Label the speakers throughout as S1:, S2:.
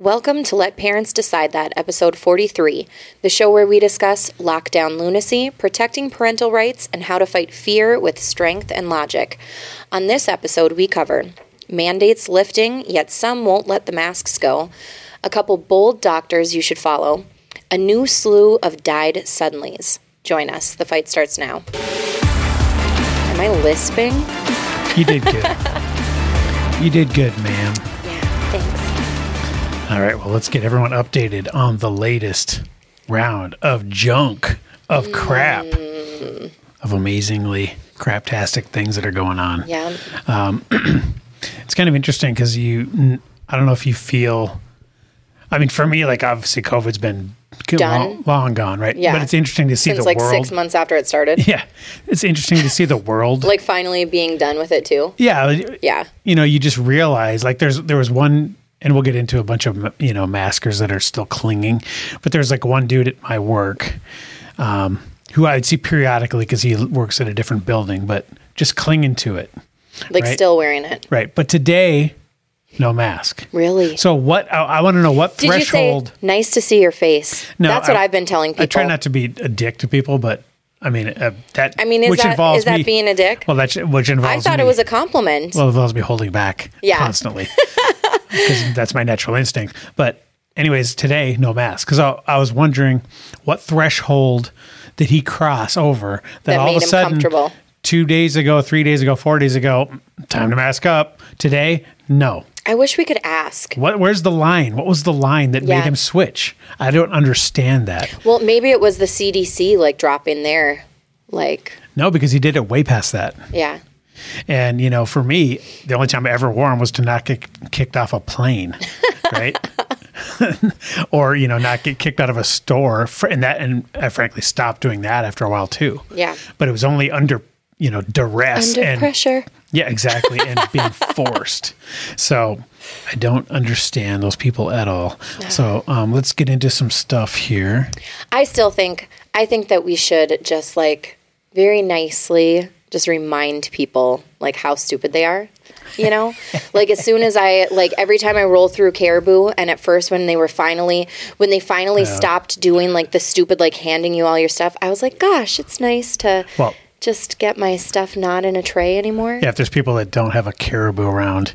S1: Welcome to Let Parents Decide That, episode 43, the show where we discuss lockdown lunacy, protecting parental rights, and how to fight fear with strength and logic. On this episode, we cover mandates lifting, yet some won't let the masks go, a couple bold doctors you should follow, a new slew of died suddenlies. Join us. The fight starts now. Am I lisping?
S2: You did good. you did good, ma'am.
S1: Yeah, thanks.
S2: All right, well, let's get everyone updated on the latest round of junk, of crap,
S1: Mm.
S2: of amazingly craptastic things that are going on.
S1: Yeah.
S2: It's kind of interesting because you, I don't know if you feel, I mean, for me, like obviously COVID's been
S1: Done.
S2: long, long gone, right?
S1: Yeah.
S2: But it's interesting to see
S1: Since
S2: the
S1: like
S2: world.
S1: six months after it started.
S2: Yeah. It's interesting to see the world.
S1: Like finally being done with it too.
S2: yeah.
S1: Yeah.
S2: you know, you just realize like there's there was one, and we'll get into a bunch of you know maskers that are still clinging, but there's like one dude at my work, um, who I'd see periodically because he works at a different building, but just clinging to it,
S1: Like
S2: Right.
S1: still wearing it.
S2: right? But today, no mask.
S1: Really?
S2: So what? I, I want to know what
S1: Did you
S2: threshold.
S1: say nice to see your face?
S2: No,
S1: That's what
S2: I-
S1: I've been telling people.
S2: I try not to be a dick to people, but I mean uh, that.
S1: I mean, is
S2: which
S1: that-
S2: involves
S1: is that
S2: me-
S1: being a dick?
S2: Well, that's which
S1: I
S2: involves.
S1: thought it
S2: me.
S1: was a compliment.
S2: Well, it involves me holding back
S1: Yeah.
S2: constantly because that's my natural instinct. But, anyways, today, no mask because I, I was wondering what threshold did he cross over that,
S1: That
S2: all
S1: made
S2: of a
S1: him
S2: sudden,
S1: comfortable.
S2: two days ago, three days ago, four days ago, time to mask up. Today, no.
S1: I wish we could ask.
S2: What? Where's the line? What was the line that
S1: Yeah.
S2: made him switch? I don't understand that.
S1: Well, maybe it was the CDC like drop in there. Like,
S2: No, because he did it way past that.
S1: yeah.
S2: And you know, for me, the only time I ever wore them was to not get kicked off a plane, right? or you know, not get kicked out of a store. Fr- And that, and I frankly stopped doing that after a while too.
S1: Yeah.
S2: But it was only under you know duress
S1: Under
S2: and
S1: pressure.
S2: yeah, exactly, and being forced. So I don't understand those people at all. So um, let's get into some stuff here.
S1: I still think I think that we should just like very nicely just remind people like how stupid they are. You know, like as soon as I like every time I roll through Caribou, and at first when they were finally when they finally stopped doing like the stupid like handing you all your stuff, I was like, gosh, it's nice to
S2: Well-
S1: just get my stuff not in a tray anymore.
S2: Yeah, if there's people that don't have a caribou around,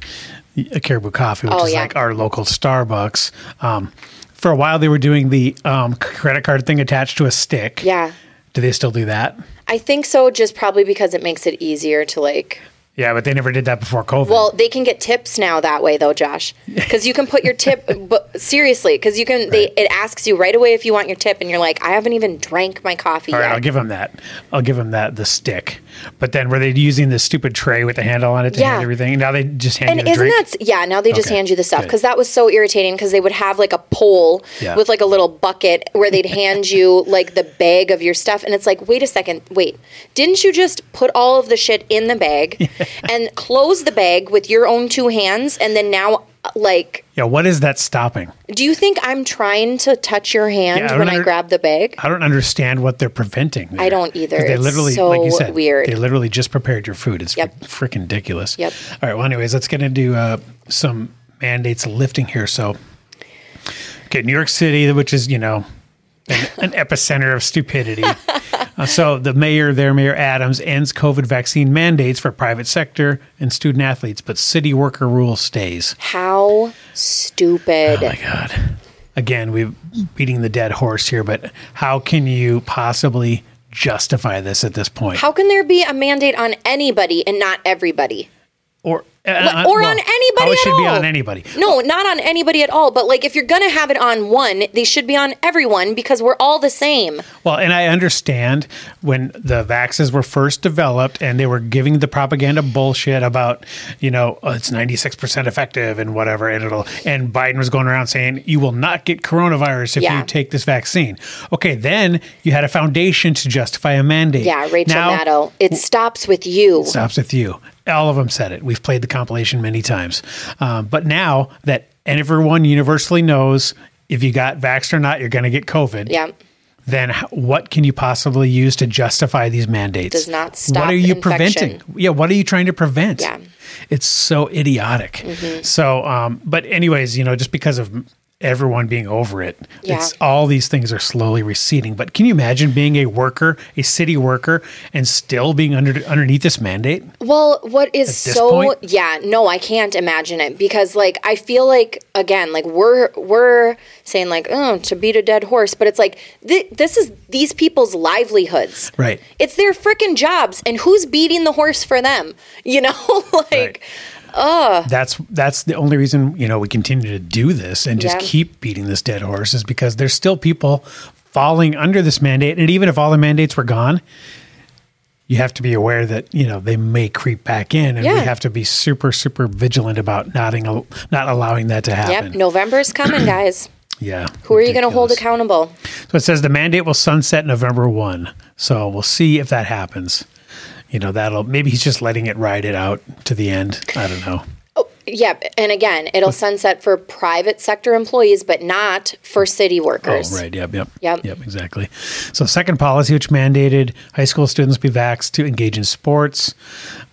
S2: a caribou coffee, which
S1: Oh,
S2: is
S1: yeah.
S2: like our local Starbucks. Um, for a while, they were doing the um, c- credit card thing attached to a stick.
S1: Yeah,
S2: Do they still do that?
S1: I think so. Just probably because it makes it easier to like
S2: Yeah, but they never did that before COVID.
S1: Well, they can get tips now that way, though, Josh, because you can put your tip. But seriously, because you can, they it asks you right away if you want your tip, and you're like, I haven't even drank my coffee
S2: All right,
S1: yet.
S2: I'll give them that. I'll give them that the stick. But then were they using this stupid tray with the handle on it to
S1: Yeah.
S2: hand everything? Now they just hand
S1: and
S2: you the
S1: isn't
S2: drink.
S1: that yeah? Now they just
S2: Okay,
S1: hand you the stuff
S2: good.
S1: because that was so irritating because they would have like a pole
S2: Yeah.
S1: with like a little bucket where they'd hand you like the bag of your stuff, and it's like, wait a second, wait, didn't you just put all of the shit in the bag and close the bag with your own two hands, and then now like.
S2: yeah, what is that stopping?
S1: Do you think I'm trying to touch your hand
S2: Yeah, I don't
S1: when I
S2: under-
S1: grab the bag?
S2: I don't understand what they're preventing. there.
S1: I don't either.
S2: 'Cause They
S1: It's
S2: literally,
S1: so
S2: like you said,
S1: weird.
S2: They literally just prepared your food. It's
S1: Yep.
S2: freaking ridiculous.
S1: Yep.
S2: All right. Well, anyways, let's get into uh, some mandates lifting here. So, okay, New York City, which is you know an, an epicenter of stupidity. Uh, so the mayor there, Mayor Adams, ends COVID vaccine mandates for private sector and student athletes, but city worker rule stays.
S1: How stupid.
S2: Oh my god! Again, we're beating the dead horse here, but how can you possibly justify this at this point?
S1: How can there be a mandate on anybody and not everybody?
S2: or uh,
S1: But- or on anybody
S2: How it
S1: at
S2: should be
S1: all.
S2: on anybody.
S1: No, not on anybody at all. But like, if you're gonna have it on one, they should be on everyone because we're all the same.
S2: Well, and I understand when the vaxes were first developed and they were giving the propaganda bullshit about, you know, oh, it's 96% effective and whatever, and it'll, and Biden was going around saying, you will not get coronavirus if
S1: Yeah.
S2: you take this vaccine. Okay, then you had a foundation to justify a mandate.
S1: Yeah, Rachel
S2: Now-
S1: Maddow. It stops with you.
S2: stops with you. All of them said it. We've played the compilation many times. Um, but now that everyone universally knows if you got vaxxed or not, you're going to get COVID.
S1: Yeah.
S2: Then h- what can you possibly use to justify these mandates?
S1: Does not stop
S2: What are you
S1: infection.
S2: preventing? Yeah. What are you trying to prevent?
S1: Yeah. Mm-hmm.
S2: It's so idiotic. So, um, but anyways, you know, just because of everyone being over it.
S1: Yeah.
S2: It's all these things are slowly receding. But can you imagine being a worker, a city worker, and still being under underneath this mandate?
S1: Well, what is
S2: At this
S1: so
S2: point?
S1: yeah, no, I can't imagine it because like I feel like again, like we're we're saying like, "Oh, to beat a dead horse," but it's like th- this is these people's livelihoods.
S2: Right.
S1: It's their freaking jobs and who's beating the horse for them? You know, like
S2: That's that's the only reason you know we continue to do this and just
S1: Yeah.
S2: keep beating this dead horse is because there's still people falling under this mandate, and even if all the mandates were gone. You have to be aware that you know they may creep back in, and we
S1: Yeah.
S2: have to be super, super vigilant about not, al- not allowing that to happen.
S1: yep, November's coming, guys.
S2: Yeah.
S1: Who are you going to hold
S2: ridiculous.
S1: accountable?
S2: So it says the mandate will sunset November 1. So we'll see if that happens. You know, that'll maybe he's just letting it ride it out to the end. I don't know.
S1: Yep, and again, it'll sunset for private sector employees but not for city workers.
S2: Oh, right. Yep. Yep.
S1: Yep.
S2: Yep. Exactly. So, second policy, which mandated high school students be vaxxed to engage in sports,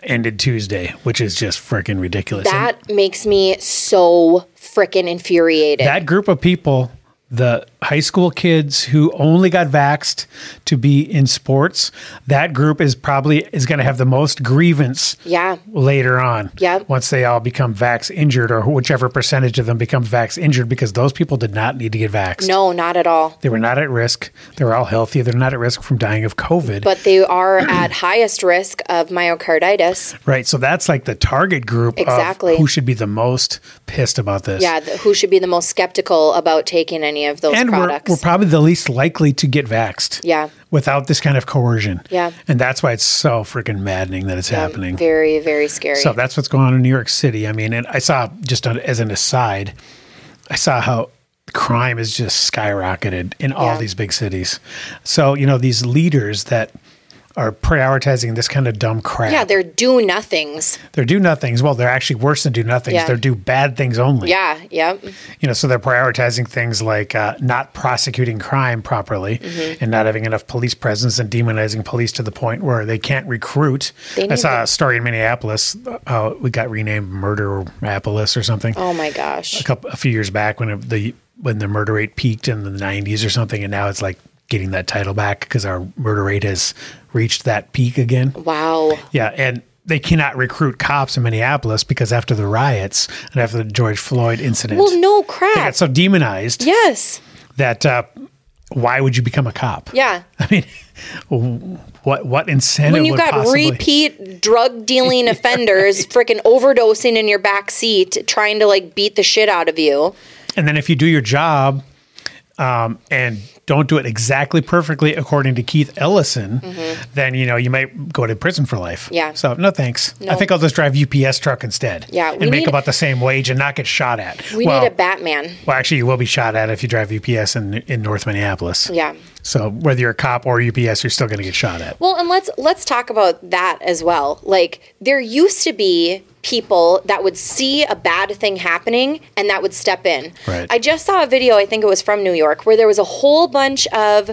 S2: ended Tuesday, which is just freaking ridiculous. And
S1: That makes me so freaking infuriated.
S2: that group of people, the high school kids who only got vaxxed to be in sports, that group is probably is going to have the most grievance
S1: yeah.
S2: later on.
S1: Yep.
S2: Once they all become vax injured, or whichever percentage of them become vax injured, because those people did not need to get vaxxed.
S1: No, not at all.
S2: They were not at risk. They were all healthy. They're not at risk from dying of COVID.
S1: But they are at highest risk of myocarditis.
S2: right. So that's like the target group of
S1: Exactly.
S2: who should be the most pissed about this.
S1: Yeah, th- who should be the most skeptical about taking any of those
S2: And we're,
S1: products?
S2: we're probably the least likely to get vaxxed.
S1: Yeah.
S2: Without this kind of coercion.
S1: Yeah.
S2: And that's why it's so freaking maddening that it's
S1: Um,
S2: happening.
S1: Very, very scary.
S2: So that's what's going on in New York City. I mean, and I saw just on, as an aside, I saw how crime is just skyrocketed in all
S1: Yeah.
S2: these big cities. So you know these leaders that are prioritizing this kind of dumb crap.
S1: yeah, they're do nothings.
S2: they're do nothings. Well, they're actually worse than do nothings.
S1: Yeah.
S2: They're do bad things only.
S1: Yeah, yep.
S2: You know, so they're prioritizing things like uh, not prosecuting crime properly
S1: Mm-hmm.
S2: and not having enough police presence and demonizing police to the point where they can't recruit.
S1: They
S2: I
S1: need
S2: saw
S1: to-
S2: a story in Minneapolis. Uh, we got renamed Murderapolis or something
S1: Oh my gosh.
S2: a couple a few years back when it, the when the murder rate peaked in the 90s or something, and now it's like getting that title back because our murder rate has reached that peak again.
S1: Wow.
S2: Yeah, and they cannot recruit cops in Minneapolis because after the riots and after the George Floyd incident,
S1: Well, no
S2: they
S1: crap.
S2: got so demonized
S1: Yes.
S2: that uh, why would you become a cop?
S1: Yeah.
S2: I mean, w- what what incentive?
S1: When you
S2: would
S1: got
S2: possibly-
S1: repeat drug dealing offenders freaking overdosing in your back seat, trying to like beat the shit out of you.
S2: And then if you do your job um, and don't do it exactly perfectly according to Keith Ellison, then you know you might go to prison for life.
S1: Mm-hmm. Yeah.
S2: So no thanks. I
S1: No.
S2: think I'll just drive UPS truck instead.
S1: Yeah, we
S2: And make
S1: need-
S2: about the same wage and not get shot at.
S1: We
S2: well,
S1: need a Batman.
S2: well, actually, you will be shot at if you drive UPS in in North Minneapolis.
S1: Yeah.
S2: So whether you're a cop or UPS, you're still going to get shot at.
S1: Well, and let's let's talk about that as well. Like there used to be people that would see a bad thing happening and that would step in.
S2: Right.
S1: I just saw a video, I think it was from New York, where there was a whole bunch of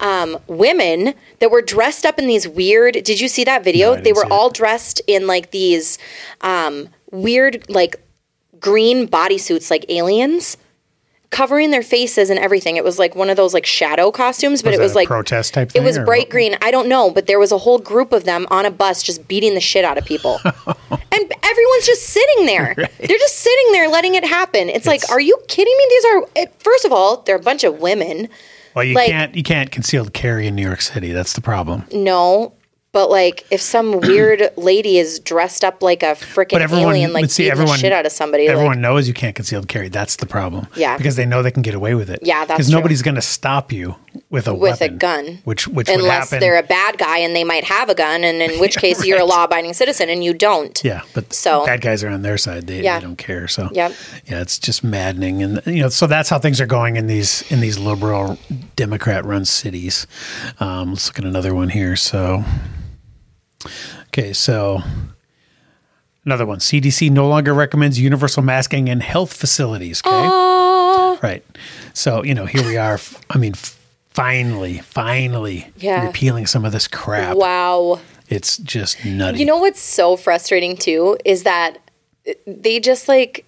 S1: um, women that were dressed up in these weird. Did you see that video?
S2: No, I
S1: they
S2: didn't
S1: were
S2: see it.
S1: all dressed in like these um, weird, like green bodysuits, like aliens. Covering their faces and everything. It was like one of those like shadow costumes, but
S2: Was
S1: it
S2: that
S1: was
S2: a
S1: like
S2: protest type
S1: it
S2: thing
S1: was
S2: or
S1: bright
S2: what?
S1: green. I don't know, but there was a whole group of them on a bus just beating the shit out of people. and everyone's just sitting there. They're just sitting there letting it happen. It's, like,
S2: It's-
S1: are you kidding me? These are it- first of all, they're a bunch of women.
S2: Well, you
S1: Like-
S2: can't you can't concealed carry in New York City. That's the problem.
S1: No. But like if some weird lady is dressed up like a freaking
S2: But everyone
S1: alien like
S2: would see
S1: beating
S2: everyone
S1: the shit out of somebody
S2: Everyone
S1: like
S2: knows you can't concealed carry. That's the problem.
S1: Yeah.
S2: because they know they can get away with it.
S1: Yeah, that's
S2: because
S1: true.
S2: nobody's going to stop you with a
S1: With a
S2: weapon,
S1: gun.
S2: which which would
S1: unless
S2: happen.
S1: they're a bad guy and they might have a gun and in which case you're a law-abiding citizen and you don't.
S2: yeah, but
S1: So-
S2: bad guys are on their side. They,
S1: Yeah.
S2: they don't care. So
S1: Yep.
S2: yeah, it's just maddening, and you know, so that's how things are going in these in these liberal Democrat run cities. Um, let's look at another one here. So okay, so. Another one. CDC no longer recommends universal masking in health facilities. Okay.
S1: Oh,
S2: Right. So, you know, here we are. F- I mean, f- finally, finally
S1: Yeah.
S2: repealing some of this crap.
S1: wow.
S2: It's just nutty.
S1: You know what's so frustrating too is that they just like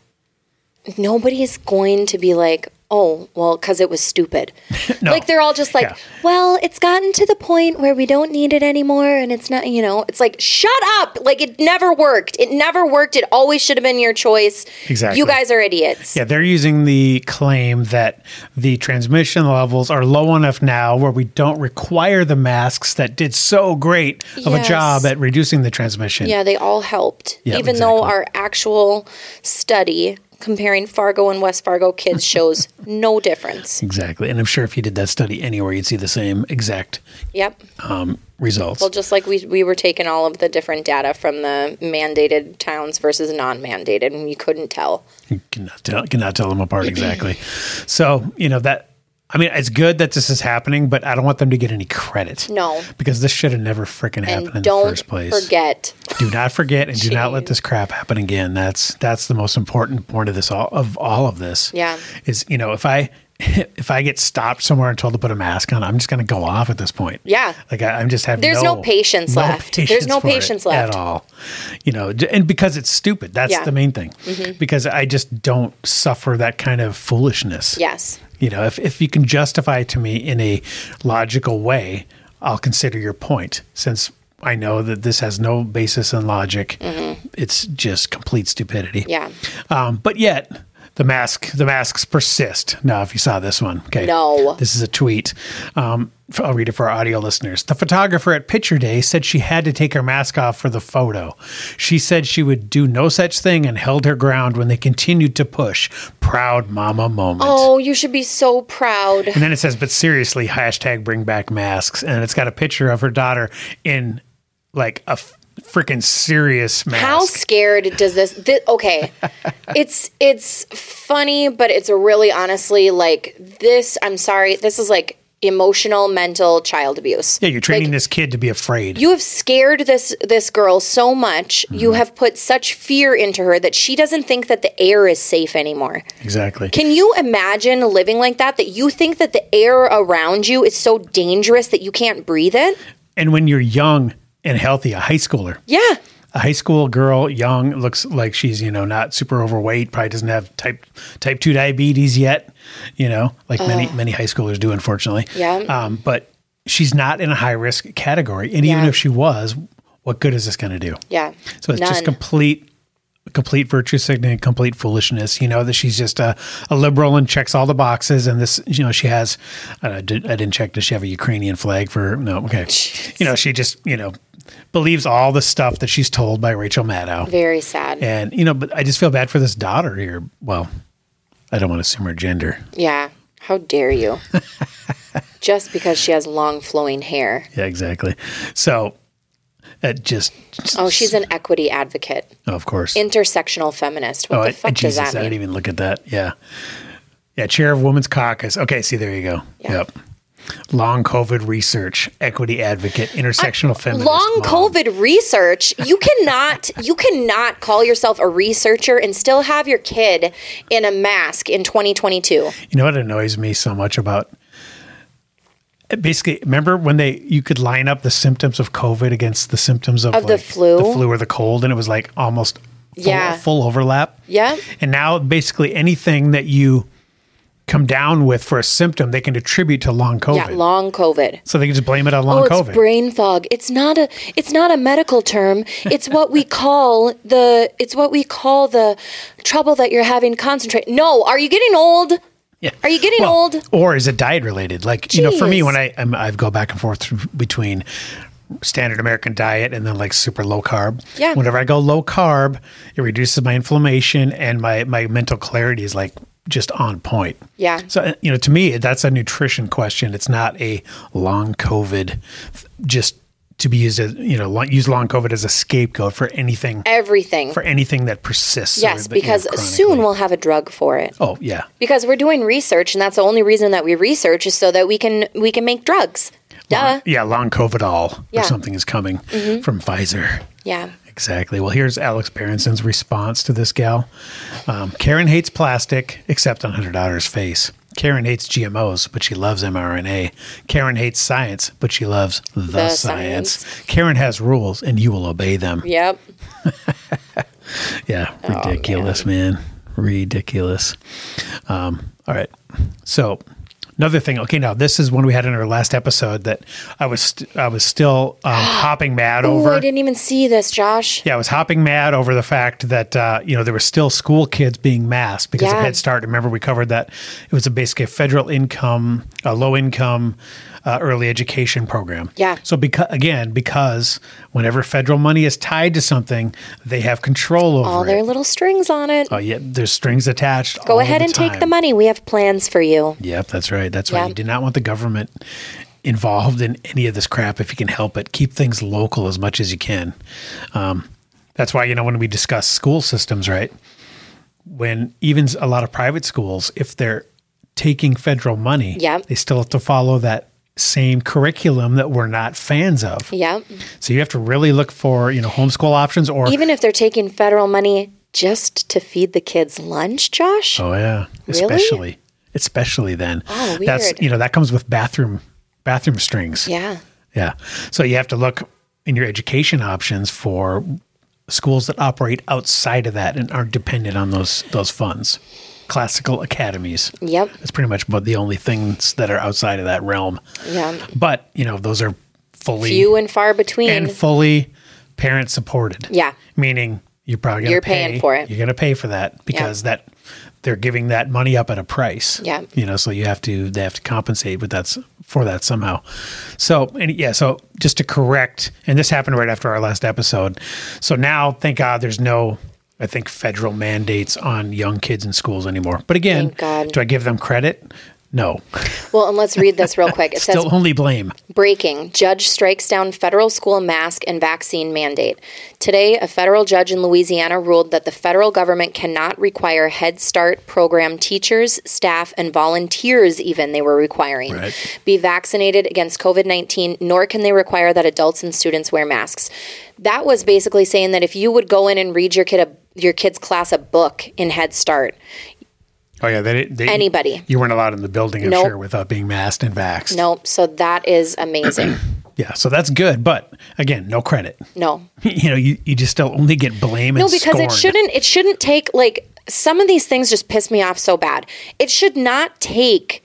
S1: nobody's going to be like, oh, well, because it was stupid.
S2: No.
S1: Like they're all just like,
S2: Yeah.
S1: well, it's gotten to the point where we don't need it anymore. And it's not, you know, it's like, shut up. Like it never worked. It never worked. It always should have been your choice.
S2: Exactly.
S1: You guys are idiots.
S2: Yeah, they're using the claim that the transmission levels are low enough now where we don't require the masks that did so great of
S1: Yes.
S2: a job at reducing the transmission.
S1: Yeah, they all helped.
S2: Yeah,
S1: Even though
S2: exactly.
S1: our actual study comparing Fargo and West Fargo kids shows no difference.
S2: Exactly. And I'm sure if you did that study anywhere, you'd see the same exact
S1: Yep.
S2: results.
S1: Well, just like we, we were taking all of the different data from the mandated towns versus non mandated, and we couldn't tell.
S2: You cannot tell, cannot tell them apart exactly. so, you know, that, I mean, it's good that this is happening, but I don't want them to get any credit.
S1: No.
S2: Because this should have never freaking
S1: And
S2: happened in the
S1: don't
S2: first place.
S1: forget
S2: do not forget and do not let this crap happen again that's that's the most important point of this all of all of this
S1: Yeah.
S2: is you know if i if i get stopped somewhere and told to put a mask on i'm just going to go off at this point
S1: Yeah.
S2: like I, i'm just having
S1: There's no patience left. There's no
S2: for it
S1: patience left.
S2: at all you know d- and because it's stupid that's
S1: Yeah. Mm-hmm.
S2: the main thing because i just don't suffer that kind of foolishness
S1: Yes.
S2: you know if, if you can justify it to me in a logical way i'll consider your point since i know that this has no basis in logic it's just complete stupidity
S1: Mm-hmm. Yeah.
S2: um, but yet the mask the masks persist now if you saw this one okay
S1: No.
S2: this is a tweet um, f- i'll read it for our audio listeners the photographer at picture day said she had to take her mask off for the photo she said she would do no such thing and held her ground when they continued to push proud mama moment
S1: Oh, you should be so proud.
S2: and then it says, but seriously, hashtag bring back masks. And it's got a picture of her daughter in like a freaking serious mask.
S1: How scared does this, thi- okay. it's it's funny, but it's a really honestly like this I'm sorry, this is like emotional mental child abuse.
S2: yeah, you're training this kid to be afraid.
S1: You have scared this this girl so much.
S2: Mm-hmm.
S1: You have put such fear into her that she doesn't think that the air is safe anymore.
S2: exactly.
S1: Can you imagine living like that that you think that the air around you is so dangerous that you can't breathe it?
S2: and when you're young and healthy, a high schooler,
S1: Yeah.
S2: a high school girl, young, looks like she's, you know, not super overweight, probably doesn't have type type 2 diabetes yet, you know, like many many high schoolers do unfortunately.
S1: Uh. Yeah.
S2: Um, but she's not in a high risk category, and even
S1: Yeah.
S2: if she was, what good is this going to do?
S1: Yeah.
S2: So it's just
S1: None.
S2: complete, complete virtue signaling, complete foolishness. You know that she's just a, a liberal and checks all the boxes. And this, you know, she has. I did, I didn't check. Does she have a Ukrainian flag for? No. Okay. You know, she just you know believes all the stuff that she's told by Rachel Maddow.
S1: Very sad.
S2: And you know, but I just feel bad for this daughter here. Well, I don't want to assume her gender.
S1: Yeah. How dare you? Just because she has long flowing hair.
S2: Yeah, exactly. So it just,
S1: Oh, she's an equity advocate,
S2: of course.
S1: intersectional feminist. What
S2: Oh,
S1: the
S2: I-
S1: fuck
S2: Jesus,
S1: does
S2: I
S1: that
S2: didn't
S1: mean?
S2: even look at that. Yeah. Yeah, chair of women's caucus. Okay, see, there you go.
S1: Yeah.
S2: Yep. Long COVID research, equity advocate, intersectional feminist.
S1: long
S2: mom.
S1: covid research you cannot you cannot call yourself a researcher and still have your kid in a mask in 2022
S2: You know what annoys me so much about eh, basically remember when they you could line up the symptoms of COVID against the symptoms of,
S1: Of the
S2: like,
S1: flu?
S2: the flu or the cold, and it was like almost full,
S1: Yeah.
S2: full overlap.
S1: Yeah.
S2: And now basically anything that you come down with for a symptom, they can attribute to long COVID.
S1: yeah long covid
S2: so they can just blame it on
S1: Oh,
S2: long
S1: it's
S2: COVID.
S1: brain fog. It's not a it's not a medical term. It's what we call the it's what we call the trouble that you're having concentrate. No, are you getting old?
S2: Yeah.
S1: Are you getting
S2: Well,
S1: old?
S2: Or is it diet related? Like, you know, for me,
S1: Jeez.
S2: when I I'm, I go back and forth th- between standard American diet and then like super low carb.
S1: Yeah.
S2: Whenever I go low carb, it reduces my inflammation and my my mental clarity is like just on point.
S1: Yeah.
S2: So uh, you know, to me, that's a nutrition question. It's not a long COVID. f- Just to be used as you know, long, use long COVID as a scapegoat for anything
S1: Everything.
S2: for anything that persists. or
S1: yes,
S2: that, you know,
S1: because
S2: chronically-
S1: soon we'll have a drug for it.
S2: Oh yeah.
S1: Because we're doing research and that's the only reason that we research is so that we can we can make drugs. Duh.
S2: Yeah, long COVID all
S1: Yeah. Mm-hmm.
S2: or something is coming from Pfizer.
S1: Yeah.
S2: Exactly. Well, here's Alex Berenson's response to this gal. Um, Karen hates plastic, except on her daughter's face. Karen hates GMOs, but she loves mRNA. Karen hates science, but she loves the, science. Karen has rules, and you will obey them.
S1: Yep. Oh,
S2: Yeah, ridiculous, man. ridiculous. Um, all right. So another thing. Okay, now this is one we had in our last episode that I was st- I was still um, hopping mad
S1: Oh,
S2: over.
S1: I didn't even see this, Josh.
S2: Yeah, I was hopping mad over the fact that uh, you know there were still school kids being masked because of
S1: Yeah.
S2: Head Start. Remember, we covered that it was a basically a federal income, uh, low income uh, early education program.
S1: Yeah.
S2: So because again, because whenever federal money is tied to something, they have control over
S1: All
S2: it.
S1: their little strings on it.
S2: oh yeah, there's strings attached.
S1: Go ahead and take the money. We have plans for you.
S2: Yep, that's right. That's
S1: Yeah.
S2: why you do not want the government involved in any of this crap if you can help it. Keep things local as much as you can. Um, that's why, you know, when we discuss school systems, right? When even a lot of private schools, if they're taking federal money,
S1: Yep.
S2: they still have to follow that same curriculum that we're not fans of.
S1: Yep.
S2: So you have to really look for, you know, homeschool options or.
S1: Even if they're taking federal money just to feed the kids lunch, Josh.
S2: Oh yeah,
S1: Really?
S2: especially especially then.
S1: Oh,
S2: That's
S1: weird.
S2: you know that comes with bathroom bathroom strings.
S1: Yeah.
S2: Yeah. So you have to look in your education options for schools that operate outside of that and aren't dependent on those those funds. Classical academies.
S1: Yep.
S2: That's pretty much about the only things that are outside of that realm.
S1: Yeah.
S2: But, you know, those are fully
S1: Few and far between.
S2: and fully parent supported.
S1: Yeah.
S2: Meaning you're probably gonna
S1: You're
S2: pay,
S1: paying for it.
S2: You're gonna pay for that because that they're giving that money up at a price.
S1: Yeah.
S2: You know, so you have to they have to compensate with that's for that somehow. So and yeah, so just to correct and this happened right after our last episode. So now thank God there's no I think federal mandates on young kids in schools anymore. But again,
S1: Thank God.
S2: do I give them credit? No.
S1: well, and let's read this real quick. It says
S2: Still only blame.
S1: Breaking Judge strikes down federal school mask and vaccine mandate. Today, a federal judge in Louisiana ruled that the federal government cannot require Head Start program teachers, staff, and volunteers, even they were requiring,
S2: Right.
S1: be vaccinated against COVID 19, nor can they require that adults and students wear masks. That was basically saying that if you would go in and read your kid a your kid's class a book in Head Start.
S2: Oh yeah, they, didn't- they
S1: Anybody.
S2: You weren't allowed in the building, I'm
S1: Nope.
S2: sure, without being masked and vaxxed.
S1: Nope. So that is amazing.
S2: Yeah, so that's good, but again, no credit.
S1: no.
S2: you know, you, you just still only get blame
S1: No,
S2: and
S1: because
S2: scorn.
S1: it shouldn't. It shouldn't take like some of these things just piss me off so bad. It should not take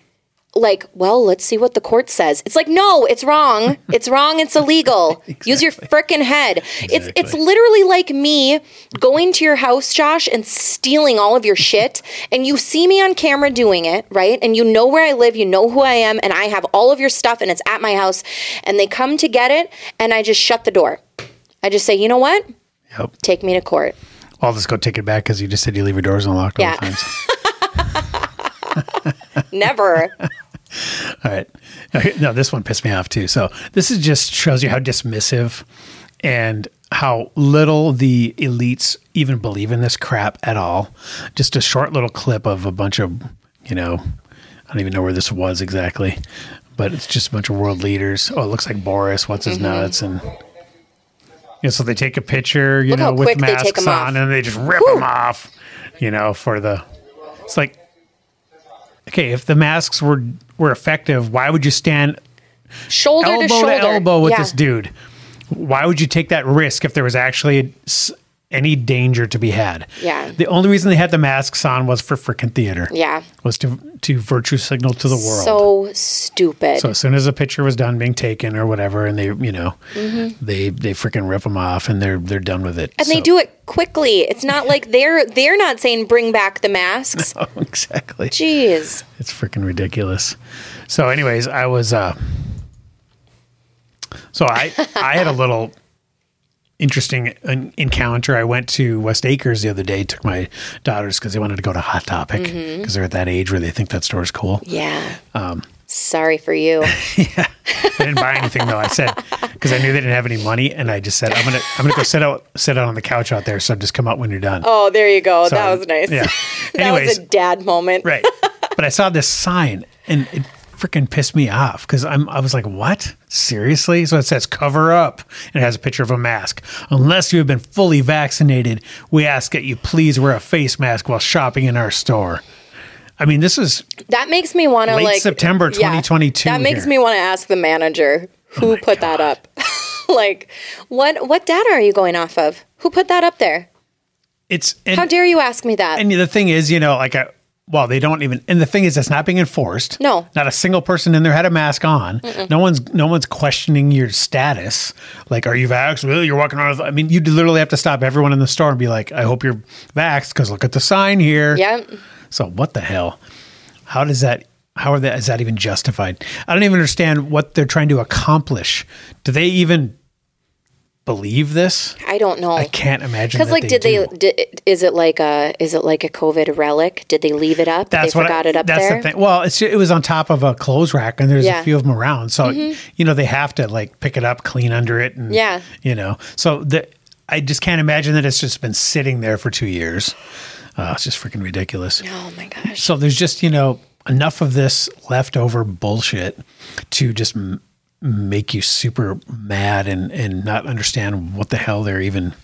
S1: like, well, let's see what the court says. It's like, no, it's wrong. It's wrong. It's illegal. Use your frickin' head. It's it's
S2: Exactly.
S1: literally like me going to your house, Josh, and stealing all of your shit. And you see me on camera doing it, right? And you know where I live, you know who I am, and I have all of your stuff, and it's at my house. And they come to get it, and I just shut the door. I just say, you know what?
S2: Yep.
S1: Take me to court.
S2: I'll just go take it back because you just said you leave your doors unlocked all
S1: Yeah.
S2: the times.
S1: Never.
S2: All right. Okay, No, this one pissed me off too. So this is just shows you how dismissive and how little the elites even believe in this crap at all. Just a short little clip of a bunch of, you know, I don't even know where this was exactly, but it's just a bunch of world leaders. Oh, it looks like Boris. What's his
S1: Mm-hmm.
S2: nuts and. Yeah, so they take a picture, you
S1: Look how
S2: know, with
S1: quick they take 'em
S2: masks
S1: off.
S2: on, and they just rip them off, you know, for the. It's like okay, if the masks were were effective, why would you stand
S1: Shoulder
S2: elbow
S1: to
S2: to,
S1: shoulder.
S2: elbow with
S1: Yeah.
S2: this dude? Why would you take that risk if there was actually s- any danger to be had?
S1: Yeah.
S2: The only reason they had the masks on was for freaking theater.
S1: Yeah.
S2: Was to to virtue signal to the world.
S1: So stupid.
S2: So as soon as a picture was done being taken or whatever, and they you know they they freaking rip them off and they're they're done with it.
S1: Mm-hmm. and they do it quickly. It's not like they're they're not saying bring back the masks.
S2: exactly.
S1: Jeez.
S2: It's freaking ridiculous. So, anyways, I was uh so I I had a little interesting en- encounter. I went to West Acres the other day. Took my daughters because they wanted to go to Hot Topic because
S1: Mm-hmm.
S2: they're at that age where they think that store's cool.
S1: Yeah. Um, Sorry for you.
S2: I didn't buy anything though. I said because I knew they didn't have any money, and I just said I'm gonna I'm gonna go sit out sit out on the couch out there. So just come out when you're done.
S1: Oh, there you go.
S2: So,
S1: that was nice.
S2: yeah.
S1: that was
S2: Anyways.
S1: a dad moment.
S2: Right. but I saw this sign and it freaking pissed me off because I'm I was like, what? Seriously? So it says cover up and it has a picture of a mask. Unless you have been fully vaccinated, we ask that you please wear a face mask while shopping in our store. I mean, this is
S1: That makes me want to
S2: Late
S1: like
S2: September
S1: yeah.
S2: 2022
S1: that makes
S2: here. Oh
S1: me want to ask the manager who put that up. like, what what data are you going off of? Who put that up there?
S2: it's and,
S1: How dare you ask me that?
S2: and the thing is, you know, like I well, they don't even and the thing is that's not being enforced.
S1: No.
S2: Not a single person in there had a mask on. No one's no one's questioning your status. Like, are you vaxxed? Well, you're walking around with I mean, you literally have to stop everyone in the store and be like, I hope you're vaxxed, because look at the sign here.
S1: yep.
S2: So what the hell? How does that? How are that? Is that even justified? I don't even understand what they're trying to accomplish. Do they even believe this?
S1: I don't know.
S2: I can't imagine.
S1: Because
S2: that
S1: like, did
S2: do.
S1: they? Did, is it like a? Is it like a COVID relic? Did they leave it up?
S2: That's
S1: they
S2: what I-
S1: forgot it up
S2: that's
S1: there.
S2: the thing. Well, it's, it was on top of a clothes rack, and there's
S1: Yeah. Mm-hmm.
S2: a few of them around. So you know they have to like pick it up, clean under it, and
S1: Yeah.
S2: you know. So the I just can't imagine that it's just been sitting there for two years. Uh, it's just freaking ridiculous.
S1: Oh my gosh.
S2: So there's just, you know, enough of this leftover bullshit to just m- make you super mad and and not understand what the hell they're even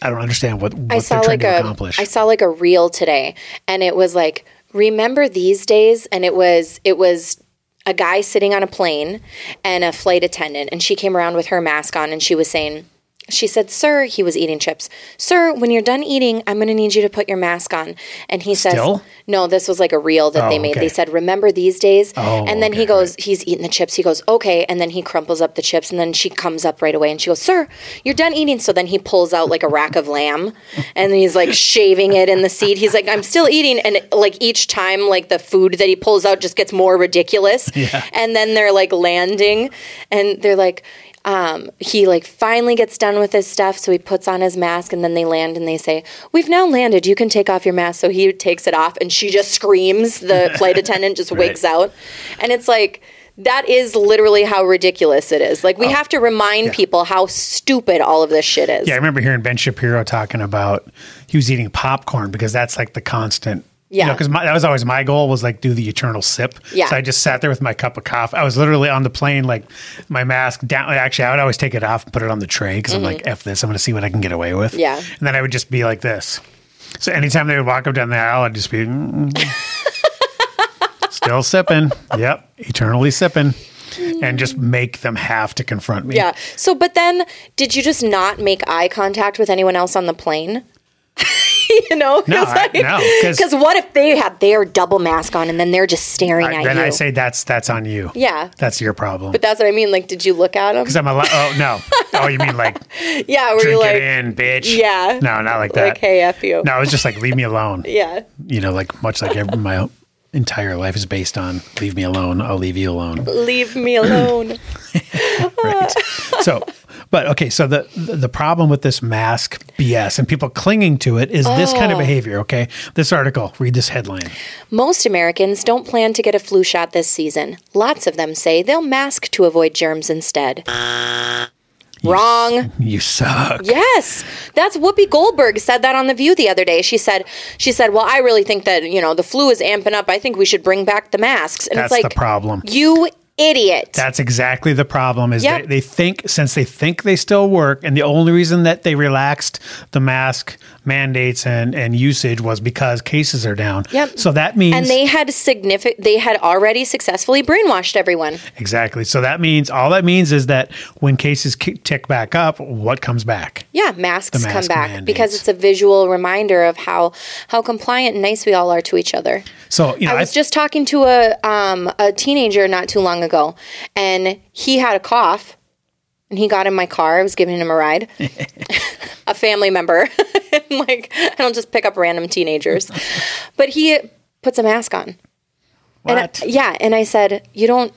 S2: I don't understand what, what
S1: I
S2: they're
S1: saw
S2: trying
S1: like
S2: to
S1: a.
S2: accomplish.
S1: I saw like a reel today, and it was like, remember these days? And it was it was a guy sitting on a plane and a flight attendant, and she came around with her mask on, and she was saying. She said, Sir, he was eating chips. Sir, when you're done eating, I'm going to need you to put your mask on. And he says,
S2: Still?
S1: No, this was like a reel that they
S2: Oh,
S1: made.
S2: okay.
S1: They said, Remember these days?
S2: Oh,
S1: and then he
S2: okay,
S1: goes, He's eating the chips. He goes, Okay. And then he crumples up the chips. And then she comes up right away and she goes, Sir, you're done eating. So then he pulls out like a rack of lamb and he's like shaving it in the seat. He's like, I'm still eating. And like each time, like the food that he pulls out just gets more ridiculous. And then they're like landing and they're like, um, he like finally gets done with his stuff, so he puts on his mask, and then they land, and they say, "We've now landed. You can take off your mask." So he takes it off, and she just screams. The flight attendant just wakes out, and it's like that is literally how ridiculous it is.
S2: Oh.
S1: Like we have to remind people how stupid all of this shit is.
S2: Yeah, I remember hearing Ben Shapiro talking about he was eating popcorn because that's like the constant.
S1: Yeah.
S2: because that was always my goal was like do the eternal sip.
S1: Yeah.
S2: So I just sat there with my cup of coffee. I was literally on the plane, like my mask down. Actually, I would always take it off and put it on the tray because I'm like, f this. I'm going to see what I can get away with.
S1: Mm-hmm. Yeah.
S2: And then I would just be like this. So anytime they would walk up down the aisle, I'd just be "Mm, mm." still sipping. Yep, eternally sipping, and just make them have to confront me.
S1: Mm. Yeah. So, but then, did you just not make eye contact with anyone else on the plane? you know,
S2: No,
S1: because
S2: I- no, 'cause-
S1: what if they had their double mask on and then they're just staring
S2: I-
S1: at
S2: then
S1: you?
S2: I say that's that's on you.
S1: yeah.
S2: That's your problem.
S1: But that's what I mean. Like, did you look at them?
S2: Because I'm a lot. Oh no. Oh, you mean like
S1: Yeah. Were you
S2: drink
S1: like,
S2: it in, bitch?
S1: Yeah.
S2: No, not like that.
S1: like, hey, f you?
S2: No, it's just like leave me alone.
S1: Yeah.
S2: You know, like much like every, my entire life is based on leave me alone. I'll leave you alone.
S1: Leave me alone.
S2: Right. so, but okay. So the the problem with this mask BS and people clinging to it is this
S1: Oh.
S2: kind of behavior. Okay, this article. Read this headline.
S1: Most Americans don't plan to get a flu shot this season. Lots of them say they'll mask to avoid germs instead. Wrong.
S2: You suck.
S1: Yes, that's Whoopi Goldberg said that on the View the other day. She said, she said, well, I really think that you know the flu is amping up. I think we should bring back the masks. And
S2: That's
S1: it's
S2: the
S1: like,
S2: problem.
S1: you idiot.
S2: That's exactly the problem. Is
S1: Yep.
S2: they, they think since they think they still work, and the only reason that they relaxed the mask mandates and and usage was because cases are down.
S1: Yep.
S2: So that means
S1: and they had significant. They had already successfully brainwashed everyone.
S2: exactly. So that means all that means is that when cases ki- tick back up, what comes back?
S1: Yeah, masks
S2: The
S1: come
S2: mask
S1: back
S2: mandates.
S1: because it's a visual reminder of how how compliant and nice we all are to each other.
S2: So you know,
S1: I
S2: I
S1: was just talking to a um, a teenager not too long ago, and he had a cough, and he got in my car. I was giving him a ride, a family member. I'm like I don't just pick up random teenagers, but he puts a mask on. And I-
S2: what?
S1: yeah, and I said, "You don't.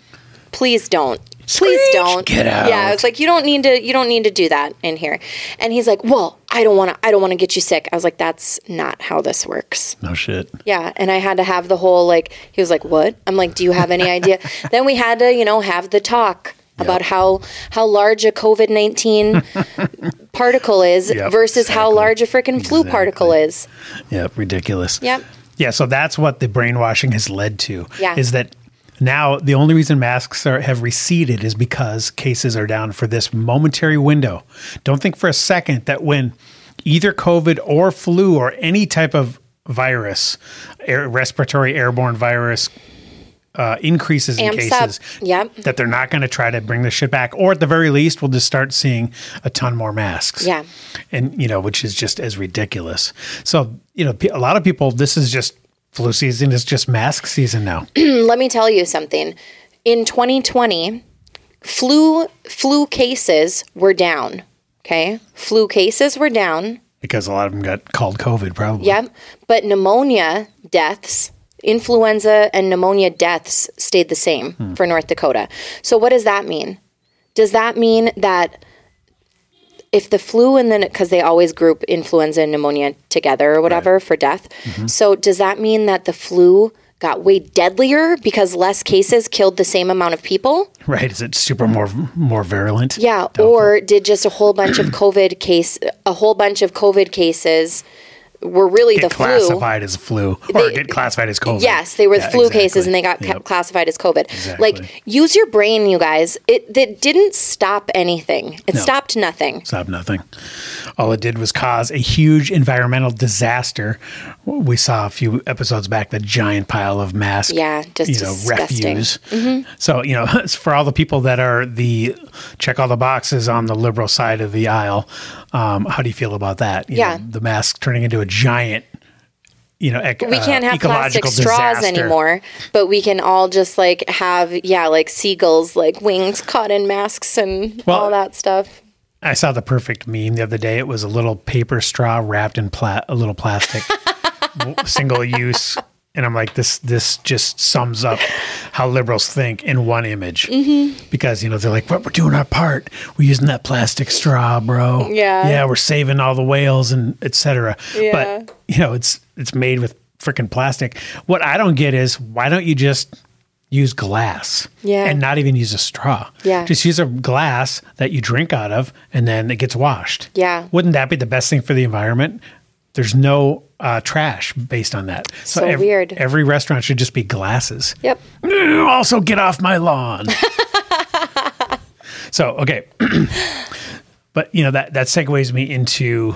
S1: Please don't. Please
S2: Screech,
S1: don't.
S2: get out.
S1: Yeah, I was like, "You don't need to. You don't need to do that in here." And he's like, "Well, I don't want to. I don't want to get you sick." I was like, "That's not how this works."
S2: no shit.
S1: Yeah, and I had to have the whole like he was like, "What?" I'm like, "Do you have any idea?" then we had to, you know, have the talk about how how large a COVID-19 particle is
S2: Yep,
S1: versus how
S2: exactly.
S1: large a freaking flu particle is.
S2: Yeah, ridiculous.
S1: Yep.
S2: Yeah, so that's what the brainwashing has led to.
S1: Yeah.
S2: Is that now the only reason masks are, have receded is because cases are down for this momentary window. Don't think for a second that when either COVID or flu or any type of virus, air, respiratory airborne virus, uh, increases in
S1: Amps up.
S2: cases
S1: Yep.
S2: that they're not going to try to bring this shit back, or at the very least, we'll just start seeing a ton more masks.
S1: Yeah.
S2: and you know, which is just as ridiculous. So you know, pe- a lot of people, this is just flu season. It's just mask season now.
S1: Mm, let me tell you something. In 2020, flu flu cases were down. Okay, flu cases were down.
S2: because a lot of them got called COVID, probably.
S1: Yep, but pneumonia deaths, influenza and pneumonia deaths stayed the same
S2: Hmm.
S1: for North Dakota. So what does that mean? Does that mean that if the flu and then because they always group influenza and pneumonia together or whatever for death.
S2: Mm-hmm.
S1: So does that mean that the flu got way deadlier because less cases killed the same amount of people?
S2: Right? Is it super more more virulent?
S1: Yeah, or did just a whole bunch of COVID case, a whole bunch of COVID cases were really
S2: Get
S1: the flu.
S2: classified as flu, or
S1: They-
S2: get classified as COVID.
S1: Yes, they were
S2: Yeah,
S1: the flu
S2: exactly.
S1: cases and they got ca-
S2: Yep.
S1: classified as COVID.
S2: Exactly.
S1: Like, use your brain, you guys. It that didn't stop anything. It
S2: No.
S1: stopped nothing.
S2: stop nothing. All it did was cause a huge environmental disaster. We saw a few episodes back the giant pile of masks.
S1: Yeah, just disgusting. Mm-hmm.
S2: refuse. So you know, it's for all the people that are the check all the boxes on the liberal side of the aisle. Um, how do you feel about that? You
S1: Yeah.
S2: know, the mask turning into a giant. You know, ec-
S1: We can't
S2: uh,
S1: have plastic
S2: ecological
S1: straws
S2: disaster.
S1: anymore, but we can all just like have yeah, like seagulls, like wings caught in masks and
S2: Well-
S1: all that stuff.
S2: I saw the perfect meme the other day. It was a little paper straw wrapped in pla- a little plastic, w- single use. And I'm like, this this just sums up how liberals think in one image.
S1: Mm-hmm.
S2: Because you know they're like, "What we're doing our part. We're using that plastic straw, bro.
S1: Yeah.
S2: yeah, we're saving all the whales and etc."
S1: Yeah.
S2: But you know, it's it's made with freaking plastic. What I don't get is why don't you just use glass?
S1: Yeah.
S2: and not even use a straw.
S1: Yeah.
S2: Just use a glass that you drink out of and then it gets washed.
S1: Yeah.
S2: Wouldn't that be the best thing for the environment? There's no uh, trash based on that.
S1: So
S2: ev-
S1: weird.
S2: Every restaurant should just be glasses.
S1: Yep.
S2: Also, get off my lawn. so, okay. but, you know, that, that segues me into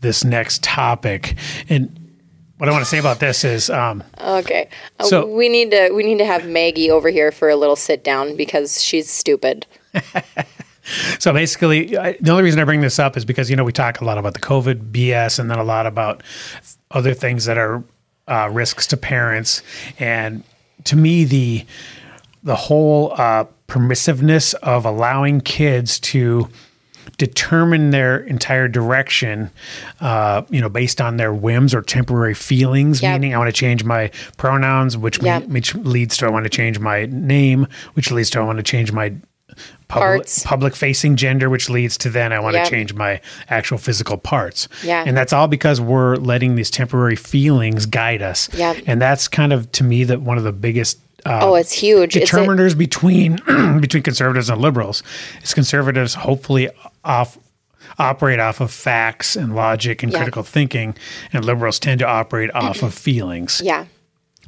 S2: this next topic. And what I want to say about this is um,
S1: Okay. Uh,
S2: So-
S1: we need to we need to have Maggie over here for a little sit down because she's stupid.
S2: So basically, I, the only reason I bring this up is because you know we talk a lot about the COVID BS, and then a lot about other things that are uh, risks to parents. And to me, the the whole uh, permissiveness of allowing kids to determine their entire direction, uh, you know, based on their whims or temporary feelings.
S1: Yep.
S2: Meaning, I want to change my pronouns, which mean-
S1: Yep.
S2: which leads to I want to change my name, which leads to I want to change my public,
S1: Parts.
S2: public facing gender, which leads to then I want
S1: Yep.
S2: to change my actual physical parts.
S1: Yeah.
S2: And that's all because we're letting these temporary feelings guide us.
S1: Yep.
S2: And that's kind of to me that one of the biggest uh,
S1: oh, it's huge. It's a,
S2: determiners between between conservatives and liberals is conservatives hopefully off operate off of facts and logic and
S1: Yeah.
S2: critical thinking and liberals tend to operate off of feelings
S1: yeah.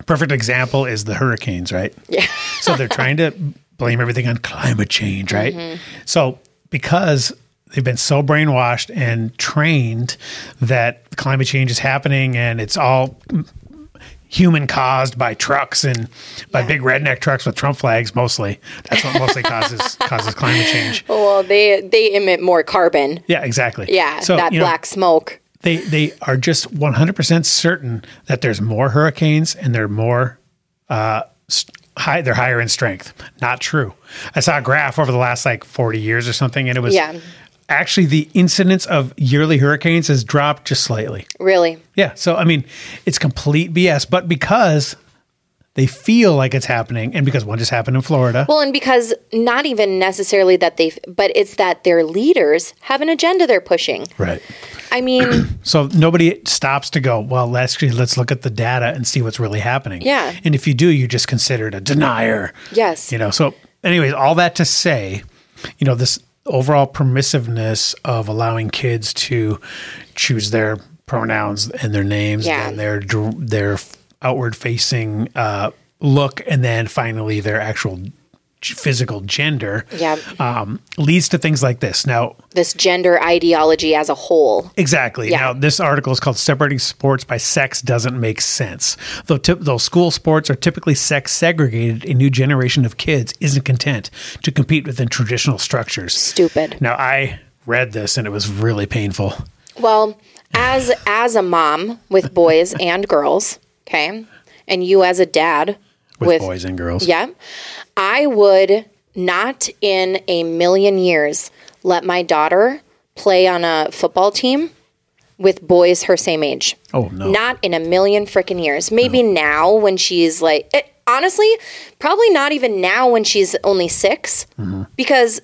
S2: perfect example is the hurricanes, right? Yeah. so they're trying to blame everything on climate change, right?
S1: Mm-hmm.
S2: So because they've been so brainwashed and trained that climate change is happening and it's all human caused by trucks and by
S1: Yeah.
S2: big redneck trucks with Trump flags mostly. That's what mostly causes causes climate change.
S1: Well, they they emit more carbon.
S2: Yeah, exactly.
S1: Yeah,
S2: So,
S1: that
S2: you know,
S1: black smoke.
S2: they they are just 100% certain that there's more hurricanes and they're more uh st- high they're higher in strength not true i saw a graph over the last like 40 years or something and it was
S1: Yeah.
S2: actually the incidence of yearly hurricanes has dropped just slightly
S1: Really?
S2: yeah so i mean it's complete bs but because they feel like it's happening and because one just happened in florida
S1: Well, and because not even necessarily that they, but it's that their leaders have an agenda they're pushing.
S2: right
S1: I mean,
S2: So nobody stops to go, well, let's actually let's look at the data and see what's really happening.
S1: Yeah.
S2: And if you do, you're just considered a denier.
S1: Yes.
S2: You know, so anyways, all that to say, you know, this overall permissiveness of allowing kids to choose their pronouns and their names
S1: Yeah.
S2: and their dr- their outward facing uh, look and then finally their actual g- physical gender
S1: Yeah.
S2: um, leads to things like this. Now,
S1: This gender ideology as a whole.
S2: Exactly.
S1: Yeah.
S2: Now, this article is called "Separating Sports by Sex Doesn't Make Sense." Though, typ though school sports are typically sex segregated, a new generation of kids isn't content to compete within traditional structures.
S1: Stupid.
S2: Now, I read this and it was really painful.
S1: Well, as as a mom with boys and girls, okay, and you as a dad
S2: With, boys and girls,
S1: Yeah. I would not in a million years let my daughter play on a football team with boys her same age.
S2: Oh, no.
S1: Not in a million freaking years. Maybe now when she's like eh, honestly, probably not even now when she's only 6
S2: Mm-hmm.
S1: because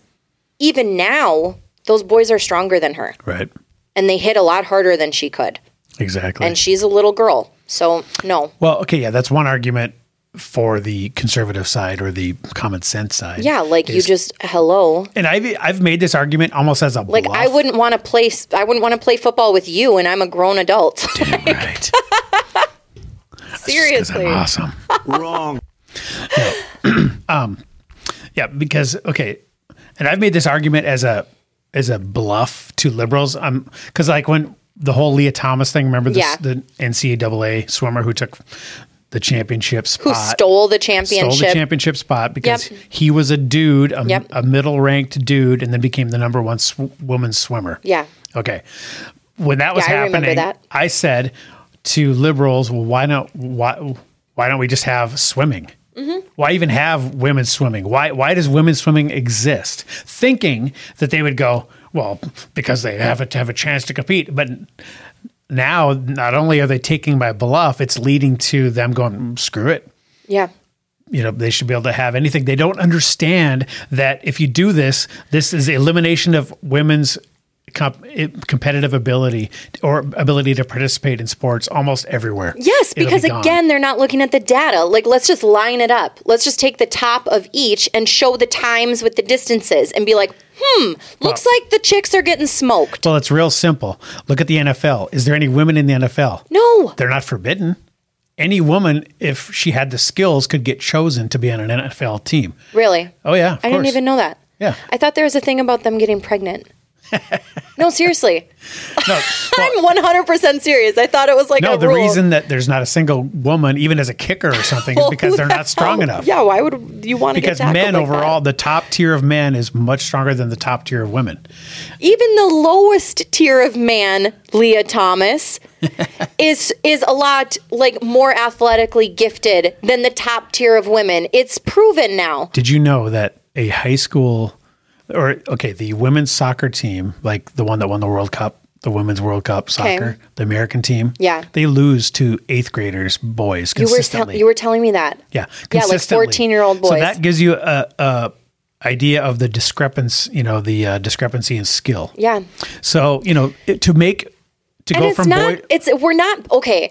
S1: even now those boys are stronger than her
S2: right?
S1: and they hit a lot harder than she could.
S2: Exactly.
S1: And she's a little girl. So, no.
S2: well, okay, yeah, that's one argument for the conservative side or the common sense side.
S1: Yeah, like you just hello.
S2: and I've I've made this argument almost as a
S1: Like
S2: bluff.
S1: I wouldn't want to play. s- I wouldn't want to play football with you, and I'm a grown adult.
S2: right. Just 'cause
S1: Seriously,
S2: I'm awesome. Um,
S3: Wrong.
S2: Yeah, because okay, and I've made this argument as a as a bluff to liberals. Um, because like when the whole Leah Thomas thing, remember this,
S1: Yeah.
S2: the NCAA swimmer who took the championship
S1: who
S2: spot,
S1: stole the
S2: uh, stole
S1: championship?
S2: the championship spot because
S1: Yep.
S2: he was a dude, a,
S1: Yep.
S2: a middle ranked dude, and then became the number one sw- woman swimmer.
S1: yeah,
S2: Okay. When that was
S1: Yeah, I remember
S2: happening, I,
S1: that.
S2: said to liberals, "Well, why not? Why why don't we just have swimming?
S1: Mm-hmm.
S2: Why even have women swimming? Why why does women swimming exist?" Thinking that they would go, "Well, because they have to have a chance to compete." But now, not only are they taking my bluff, it's leading to them going, "Mm, "Screw it."
S1: yeah,
S2: you know they should be able to have anything they don't understand that if you do this this is elimination of women's comp- i- competitive ability or ability to participate in sports almost everywhere
S1: yes.
S2: It'll
S1: Because
S2: be gone.
S1: again, they're not looking at the data. Like, let's just line it up. Let's just take the top of each and show the times with the distances, and be like, hmm, looks like the chicks are getting smoked.
S2: well it's real simple look at the nfl is there any women in the nfl
S1: No,
S2: they're not forbidden any woman if she had the skills could get chosen to be on an nfl team
S1: really.
S2: oh yeah of
S1: I didn't
S2: course.
S1: even know that.
S2: Yeah.
S1: I thought there was a thing about them getting pregnant. no, seriously.
S2: no, well,
S1: I'm 100% serious. I thought it was like
S2: no
S1: a
S2: the
S1: rule.
S2: reason that there's not a single woman even as a kicker or something
S1: Oh,
S2: is because they're not strong enough
S1: Yeah, why would you want to get
S2: because
S1: tackled
S2: men
S1: like
S2: overall,
S1: that?
S2: the top tier of men is much stronger than the top tier of women.
S1: even the lowest tier of man, Leah Thomas, is is a lot like more athletically gifted than the top tier of women. It's proven now.
S2: Did you know that a high school, or okay, the women's soccer team, like the one that won the World Cup, the women's World Cup soccer, the American team,
S1: Yeah.
S2: they lose to eighth graders, boys,
S1: You were
S2: consistently.
S1: tell you were telling me that.
S2: yeah,
S1: Yeah, like
S2: consistently.
S1: 14-year-old
S2: So
S1: boys.
S2: that gives you a. a idea of the discrepancy you know the uh, discrepancy in skill
S1: Yeah.
S2: so you know it, to make to
S1: And
S2: go
S1: it's
S2: from
S1: not
S2: boy
S1: it's we're not okay.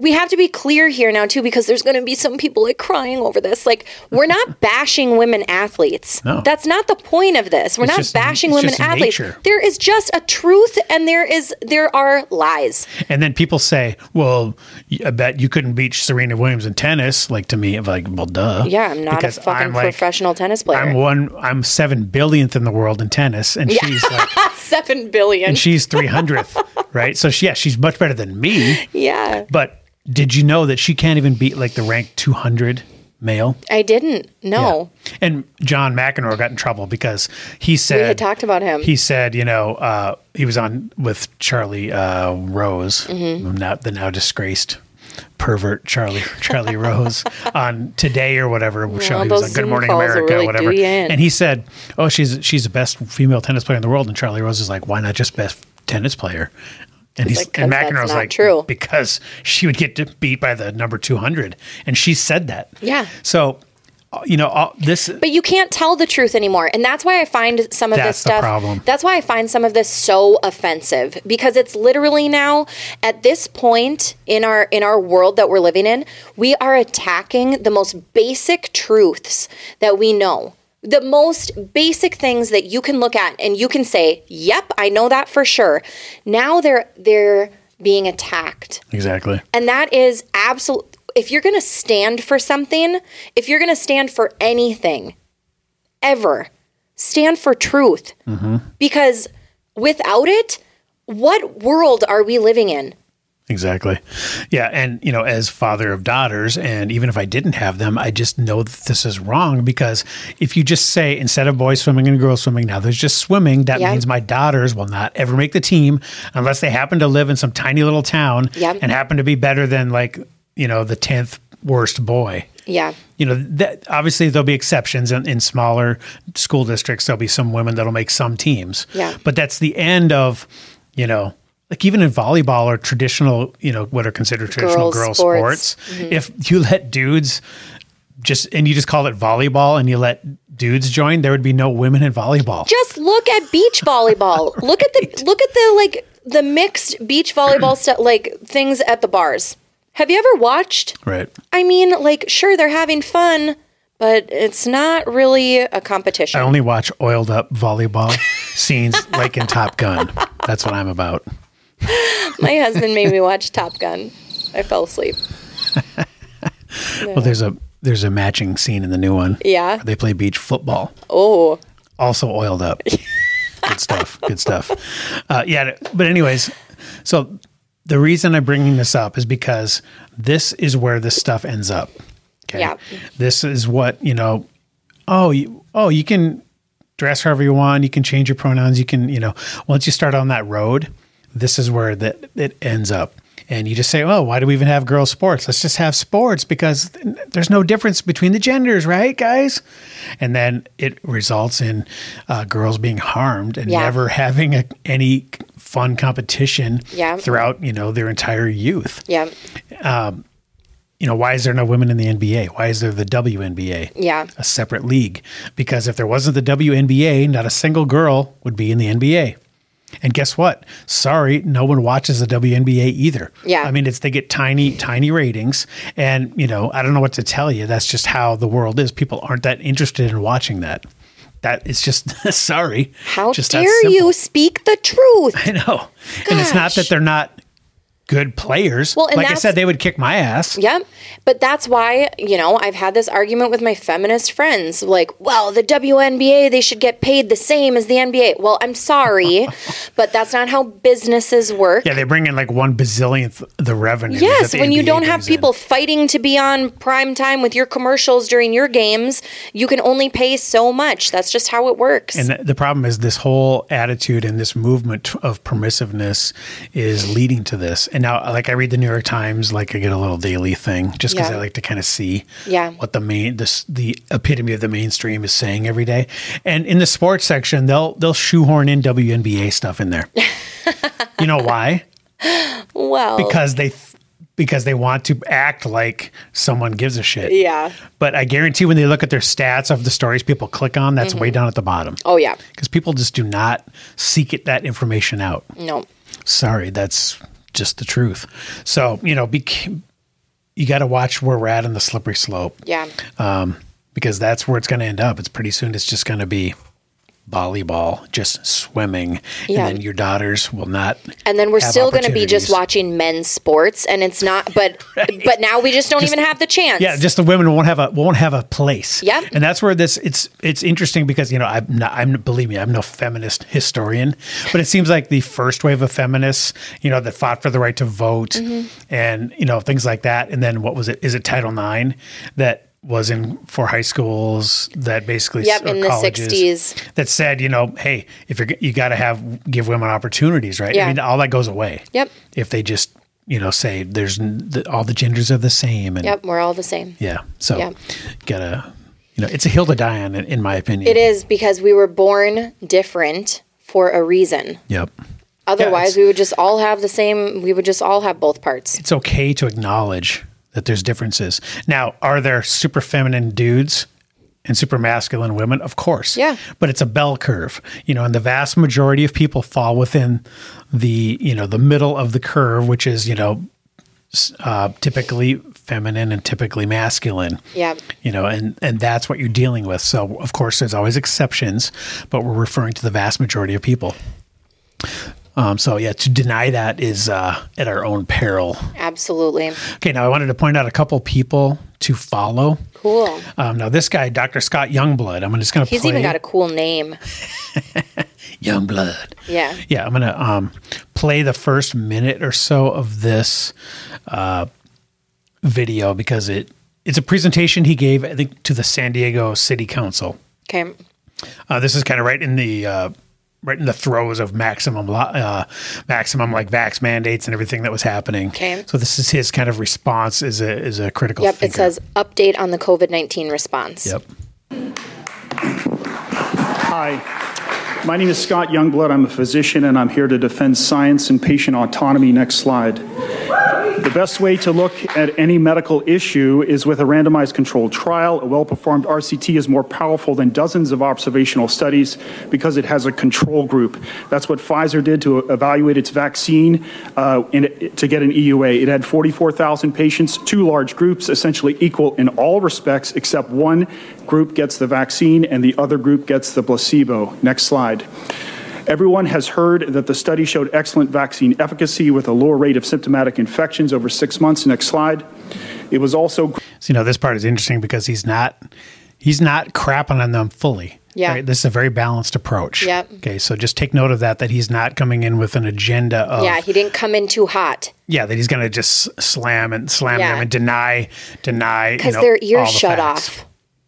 S1: We have to be clear here now too because there's going to be some people like crying over this. Like we're not bashing women athletes.
S2: No.
S1: That's not the point of this. We're
S2: It's
S1: not
S2: just-
S1: bashing
S2: it's
S1: women
S2: just
S1: athletes.
S2: nature.
S1: There is just a truth and there is there are lies.
S2: And then people say, "Well, y- I bet you couldn't beat Serena Williams in tennis." Like to me, I'm like, "Well, duh."
S1: Yeah, I'm not
S2: Because
S1: a fucking
S2: I'm like-
S1: professional tennis player.
S2: I'm one. I'm seven billionth in the world in tennis, and she's like,
S1: Seven billion.
S2: and she's three hundredth, right? So she, yeah, she's much better than me.
S1: yeah,
S2: But did you know that she can't even beat like the ranked two hundred male?
S1: I didn't. No,
S2: Yeah. And John McEnroe got in trouble because he said
S1: we had talked about him.
S2: He said, you know, uh, he was on with Charlie uh, Rose,
S1: Mm-hmm.
S2: now, the now disgraced pervert Charlie Charlie Rose on Today or whatever show he was
S1: those
S2: on Good
S1: Zoom
S2: Morning
S1: calls will
S2: America,
S1: really
S2: whatever.
S1: do you in.
S2: And he said, "Oh, she's she's the best female tennis player in the world." And Charlie Rose is like, "Why not just best tennis player?" And he's
S1: like,
S2: and
S1: 'cause that's
S2: McEnroe's
S1: not
S2: like,
S1: true.
S2: because she would get beat by the number two hundred, and she said that.
S1: Yeah.
S2: So, uh, you know, all, this
S1: but you can't tell the truth anymore, and that's why I find some of this
S2: That's the
S1: stuff.
S2: problem.
S1: That's why I find some of this so offensive because it's literally now at this point in our in our world that we're living in, we are attacking the most basic truths that we know. The most basic things that you can look at and you can say, "Yep, I know that for sure." Now they're they're being attacked.
S2: exactly.
S1: And that is absolute. If you're going to stand for something, if you're going to stand for anything, ever stand for truth because without it, what world are we living in?
S2: Exactly. Yeah. And, you know, as father of daughters, and even if I didn't have them, I just know that this is wrong because if you just say instead of boys swimming and girls swimming, now there's just swimming, that
S1: Yeah.
S2: means my daughters will not ever make the team unless they happen to live in some tiny little town
S1: Yep.
S2: and happen to be better than, like, you know, the 10th worst boy
S1: Yeah.
S2: you know that obviously there'll be exceptions in, in smaller school districts there'll be some women that'll make some teams
S1: Yeah.
S2: but that's the end of you know like even in volleyball or traditional you know what are considered traditional
S1: Girls'
S2: girl
S1: sports. Mm-hmm.
S2: sports, if you let dudes just and you just call it volleyball and you let dudes join there would be no women in volleyball
S1: Just look at beach volleyball. Look at the look at the like the mixed beach volleyball stuff like things at the bars. Have you ever watched?
S2: right
S1: I mean, like sure they're having fun, but it's not really a competition.
S2: i only watch oiled up volleyball scenes like in top gun that's what i'm about
S1: My husband made me watch Top Gun. I fell asleep.
S2: well there's a there's a matching scene in the new one
S1: Yeah.
S2: where they play beach football
S1: Oh,
S2: also oiled up. good stuff. Good stuff. Uh, yeah. But anyways, so the reason I'm bringing this up is because this is where this stuff ends up. Okay.
S1: Yeah.
S2: This is what you know. Oh, you, oh, you can dress however you want. You can change your pronouns. You can, you know, once you start on that road, this is where that it ends up. And you just say, "Well, why do we even have girls' sports? Let's just have sports because there's no difference between the genders, right, guys?" And then it results in uh, girls being harmed and
S1: Yeah.
S2: never having a, any fun competition
S1: Yeah.
S2: throughout, you know, their entire youth.
S1: yeah,
S2: You know, why is there no women in the NBA? Why is there the WNBA?
S1: yeah,
S2: a separate league because if there wasn't the WNBA, not a single girl would be in the NBA. And guess what? Sorry, no one watches the WNBA either.
S1: Yeah.
S2: I mean, it's they get tiny, tiny ratings. And, you know, I don't know what to tell you. That's just how the world is. People aren't that interested in watching that. That it's just sorry.
S1: How
S2: just that
S1: dare
S2: simple.
S1: you speak the truth?
S2: I know. And it's not
S1: Gosh.
S2: that they're not good players.
S1: Well, and
S2: like I
S1: that's-
S2: said, they would kick my ass.
S1: Yep. But that's why, you know, I've had this argument with my feminist friends like, well, the WNBA, they should get paid the same as the NBA. Well, I'm sorry, but that's not how businesses work.
S2: Yeah, they bring in like one bazillionth the revenue. that
S1: Yes,
S2: the
S1: when you
S2: NBA
S1: don't have
S2: brings in.
S1: people fighting to be on prime time with your commercials during your games, you can only pay so much. That's just how it works.
S2: And th- the problem is this whole attitude and this movement of permissiveness is leading to this. And now, like I read the New York Times, like I get a little daily thing just because
S1: Yeah.
S2: I like to kind of see
S1: Yeah.
S2: what the main this the epitome of the mainstream is saying every day. And in the sports section, they'll they'll shoehorn in WNBA stuff in there. you know why?
S1: Oh. well,
S2: Because they th- because they want to act like someone gives a shit.
S1: yeah.
S2: But I guarantee when they look at their stats of the stories people click on, that's way down at the bottom
S1: Oh, yeah.
S2: because people just do not seek it, that information out.
S1: No.
S2: Sorry, that's just the truth. So you know, be, you got to watch where we're at on the slippery slope
S1: Yeah.
S2: um, because that's where it's going to end up. It's pretty soon. It's just going to be volleyball, just swimming,
S1: Yeah.
S2: and then your daughters will not.
S1: and then we're
S2: have
S1: still going to be just
S2: opportunities.
S1: watching men's sports and it's not but but now we just don't even have the chance
S2: Yeah, just the women won't have a won't have a place.
S1: Yep.
S2: and that's where this it's it's interesting because you know I'm not I'm believe me I'm no feminist historian, but it seems like the first wave of feminists you know that fought for the right to vote
S1: Mm-hmm.
S2: and you know things like that, and then what was it? Is it Title IX that was in for high schools that basically
S1: Yep,
S2: or
S1: in the
S2: colleges
S1: 60s.
S2: that said you know hey if you're g- you got to have give women opportunities right
S1: Yeah.
S2: I mean all that goes away
S1: Yep.
S2: if they just you know say there's n- the, all the genders are the same and
S1: yep we're all the same
S2: yeah. So
S1: Yeah.
S2: gotta you know, it's a hill to die on in, in my opinion.
S1: it is because we were born different for a reason
S2: Yep.
S1: otherwise
S2: it's-
S1: we would just all have the same we would just all have both parts
S2: It's okay to acknowledge that there's differences. Now, are there super feminine dudes and super masculine women? Of course.
S1: Yeah.
S2: But it's a bell curve. You know, and the vast majority of people fall within the, you know, the middle of the curve, which is, you know, s- uh, typically feminine and typically masculine.
S1: yeah
S2: you know and and that's what you're dealing with so of course there's always exceptions but we're referring to the vast majority of people Um, so yeah, to deny that is uh, at our own peril.
S1: Absolutely.
S2: Okay, now I wanted to point out a couple people to follow.
S1: Cool.
S2: Um, now this guy, Dr. Scott Youngblood, I'm just going to
S1: He's
S2: play
S1: even got a cool name.
S2: Youngblood.
S1: Yeah.
S2: Yeah, I'm gonna um, play the first minute or so of this uh, video because it it's a presentation he gave I think to the San Diego City Council.
S1: Okay.
S2: Uh, this is kind of right in the uh, right in the throes of maximum lo- uh, maximum like vax mandates and everything that was happening.
S1: Okay.
S2: So this is his kind of response is a is a critical.
S1: Yep. It
S2: thinker.
S1: says update on the COVID 19 response.
S2: Yep.
S3: Hi, my name is Scott Youngblood. I'm a physician and I'm here to defend science and patient autonomy. Next slide. The best way to look at any medical issue is with a randomized controlled trial. A well performed RCT is more powerful than dozens of observational studies because it has a control group. That's what Pfizer did to evaluate its vaccine uh, in, to get an EUA. It had 44,000 patients, two large groups, essentially equal in all respects, except one group gets the vaccine and the other group gets the placebo. Next slide. Everyone has heard that the study showed excellent vaccine efficacy with a lower rate of symptomatic infections over six months. Next slide. It was also
S2: So you know this part is interesting because he's not he's not crapping on them fully.
S1: Yeah.
S2: This is a very balanced approach.
S1: Yep.
S2: Okay. So just take note of that that he's not coming in with an agenda of
S1: Yeah. He didn't come in too hot
S2: yeah, that he's going to just slam and slam
S1: Yeah.
S2: them and deny deny you
S1: because
S2: know,
S1: their
S2: all
S1: ears
S2: the
S1: shut
S2: facts.
S1: off.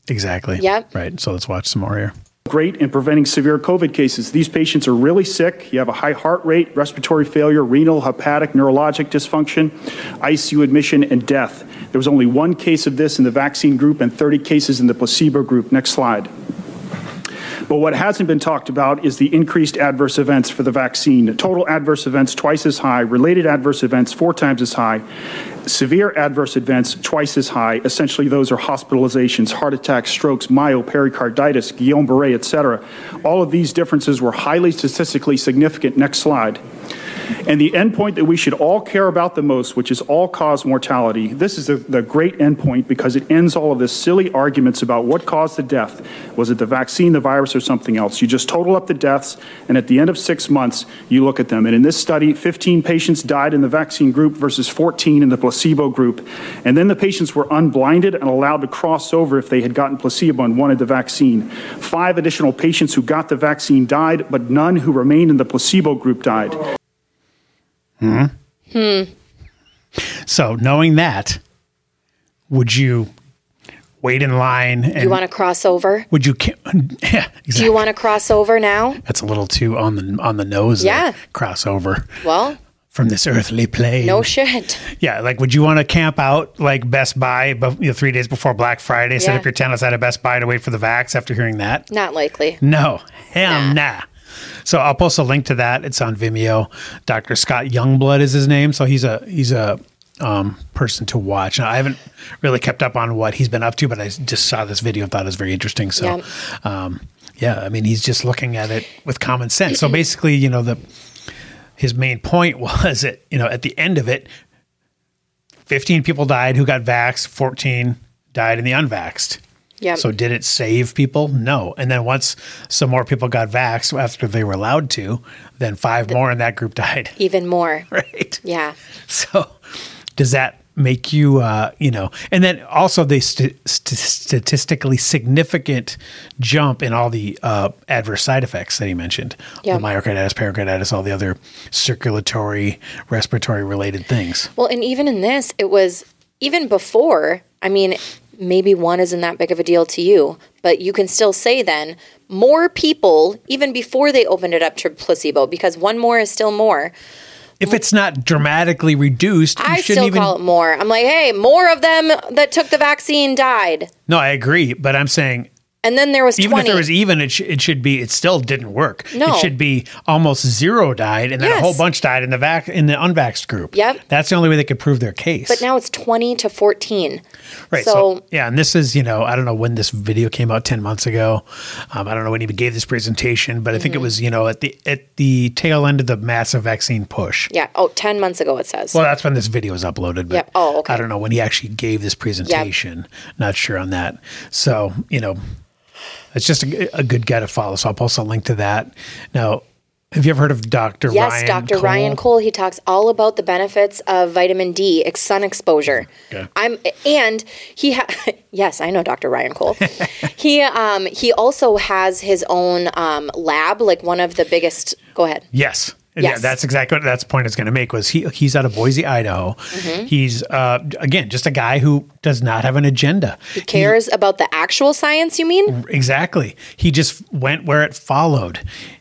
S2: Exactly.
S1: Yep.
S2: Right. So let's watch some more here.
S3: great in preventing severe COVID cases. These patients are really sick. You have a high heart rate, respiratory failure, renal, hepatic, neurologic dysfunction, ICU admission, and death. There was only one case of this in the vaccine group and 30 cases in the placebo group. Next slide. But what hasn't been talked about is the increased adverse events for the vaccine. Total adverse events twice as high, related adverse events four times as high, severe adverse events twice as high. Essentially, those are hospitalizations, heart attacks, strokes, myo, pericarditis, Guillain Barre, et cetera. All of these differences were highly statistically significant. Next slide. And the endpoint that we should all care about the most, which is all cause mortality, this is the, the great endpoint because it ends all of this silly arguments about what caused the death. Was it the vaccine, the virus, or something else? You just total up the deaths, and at the end of six months, you look at them. And in this study, 15 patients died in the vaccine group versus 14 in the placebo group. And then the patients were unblinded and allowed to cross over if they had gotten placebo and wanted the vaccine. Five additional patients who got the vaccine died, but none who remained in the placebo group died.
S2: So knowing that, would you wait in line and
S1: You want to cross over?
S2: would you? ca- Yeah. Exactly.
S1: Do you want to cross over now?
S2: That's a little too on the on the nose.
S1: Yeah.
S2: There, crossover
S1: Well,
S2: from this earthly plane.
S1: no shit.
S2: Yeah, like would you want to camp out like Best Buy bef- you know, three days before Black Friday, set
S1: Yeah.
S2: up your tent outside of Best Buy to wait for the vax after hearing that?
S1: Not likely.
S2: No, hell nah. So I'll post a link to that. It's on Vimeo. Dr. Scott Youngblood is his name, so he's a he's a um, person to watch. Now, I haven't really kept up on what he's been up to, but I s- just saw this video and thought it was very interesting. So, um, yeah, I mean, he's just looking at it with common sense. So basically, you know, the his main point was that you know at the end of it, fifteen people died who got vaxxed, fourteen died in the unvaxxed.
S1: Yep.
S2: So did it save people? No. And then once some more people got vaxxed after they were allowed to, then five more in that group died.
S1: Even more.
S2: Right.
S1: Yeah.
S2: So does that make you, uh, you know, and then also the st- st- statistically significant jump in all the uh, adverse side effects that he mentioned
S1: Yeah.
S2: the myocarditis, pericarditis, all the other circulatory, respiratory related things.
S1: Well, and even in this, it was even before. I mean, maybe one isn't that big of a deal to you, but you can still say then more people, even before they opened it up to placebo, because one more is still more.
S2: If it's not dramatically reduced, you
S1: I still
S2: shouldn't even
S1: call it more. I'm like, hey, more of them that took the vaccine died.
S2: No, I agree, but I'm saying
S1: And then there was
S2: even
S1: 20.
S2: if there was even, it, sh- it should be it still didn't work.
S1: No.
S2: it should be almost zero died, and then a whole
S1: Yes.
S2: bunch died in the vac in the unvaxxed group.
S1: Yep.
S2: that's the only way they could prove their case.
S1: but now it's 20 to 14.
S2: right? So,
S1: so-
S2: yeah, and this is you know I don't know when this video came out ten months ago. Um, I don't know when he even gave this presentation, but I
S1: Mm-hmm.
S2: think it was you know at the at the tail end of the massive vaccine push.
S1: Yeah. Oh, 10 months ago, it says.
S2: Well, that's when this video was uploaded. But
S1: Yep. Oh, okay.
S2: I don't know when he actually gave this presentation. Not sure on that. So, you know, it's just a, a good guy to follow. So I'll post a link to that. Now, Have you ever heard of Dr.
S1: Yes,
S2: Ryan
S1: Dr.
S2: Cole?
S1: Ryan Cole. He talks all about the benefits of vitamin D, ex- sun exposure.
S2: Okay.
S1: I'm and he ha- yes, I know Dr. Ryan Cole. he um he also has his own um lab, like one of the biggest. Go ahead.
S2: Yes. Yeah,
S1: Yes.
S2: that's exactly what that's the point I was going to make was he he's out of Boise, Idaho.
S1: Mm-hmm.
S2: He's uh, again just a guy who does not have an agenda.
S1: He cares about the actual science. You mean?
S2: Exactly. He just went where it followed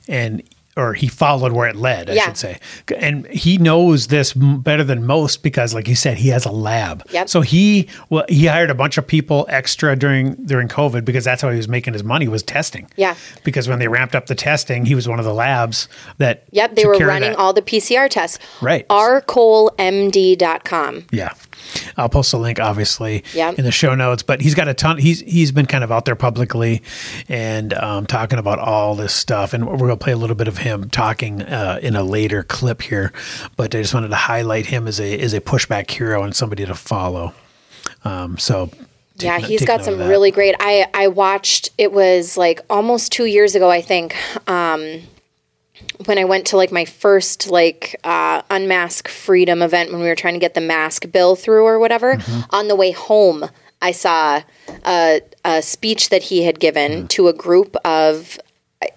S2: and or he followed where it led, I
S1: Yeah.
S2: should say. And he knows this m- better than most because like you said he has a lab.
S1: Yep.
S2: So he well he hired a bunch of people extra during during COVID because that's how he was making his money was testing.
S1: Yeah.
S2: Because when they ramped up the testing, he was one of the labs that
S1: Yep. They
S2: took
S1: were
S2: care of
S1: running
S2: that.
S1: all the PCR tests.
S2: Right.
S1: rcolemd.com.
S2: Yeah. I'll post a link obviously
S1: Yeah.
S2: in the show notes, but he's got a ton he's he's been kind of out there publicly and um, talking about all this stuff and we're going to play a little bit of him talking uh, in a later clip here, but I just wanted to highlight him as a as a pushback hero and somebody to follow. Um, so
S1: Yeah,
S2: take no-
S1: he's
S2: take
S1: got
S2: note
S1: some
S2: of that.
S1: really great. I I watched. It was like almost two years ago, I think. Um, when I went to like my first like uh, unmask freedom event when we were trying to get the mask bill through or whatever.
S2: Mm-hmm.
S1: On the way home, I saw a, a speech that he had given
S2: Mm.
S1: to a group of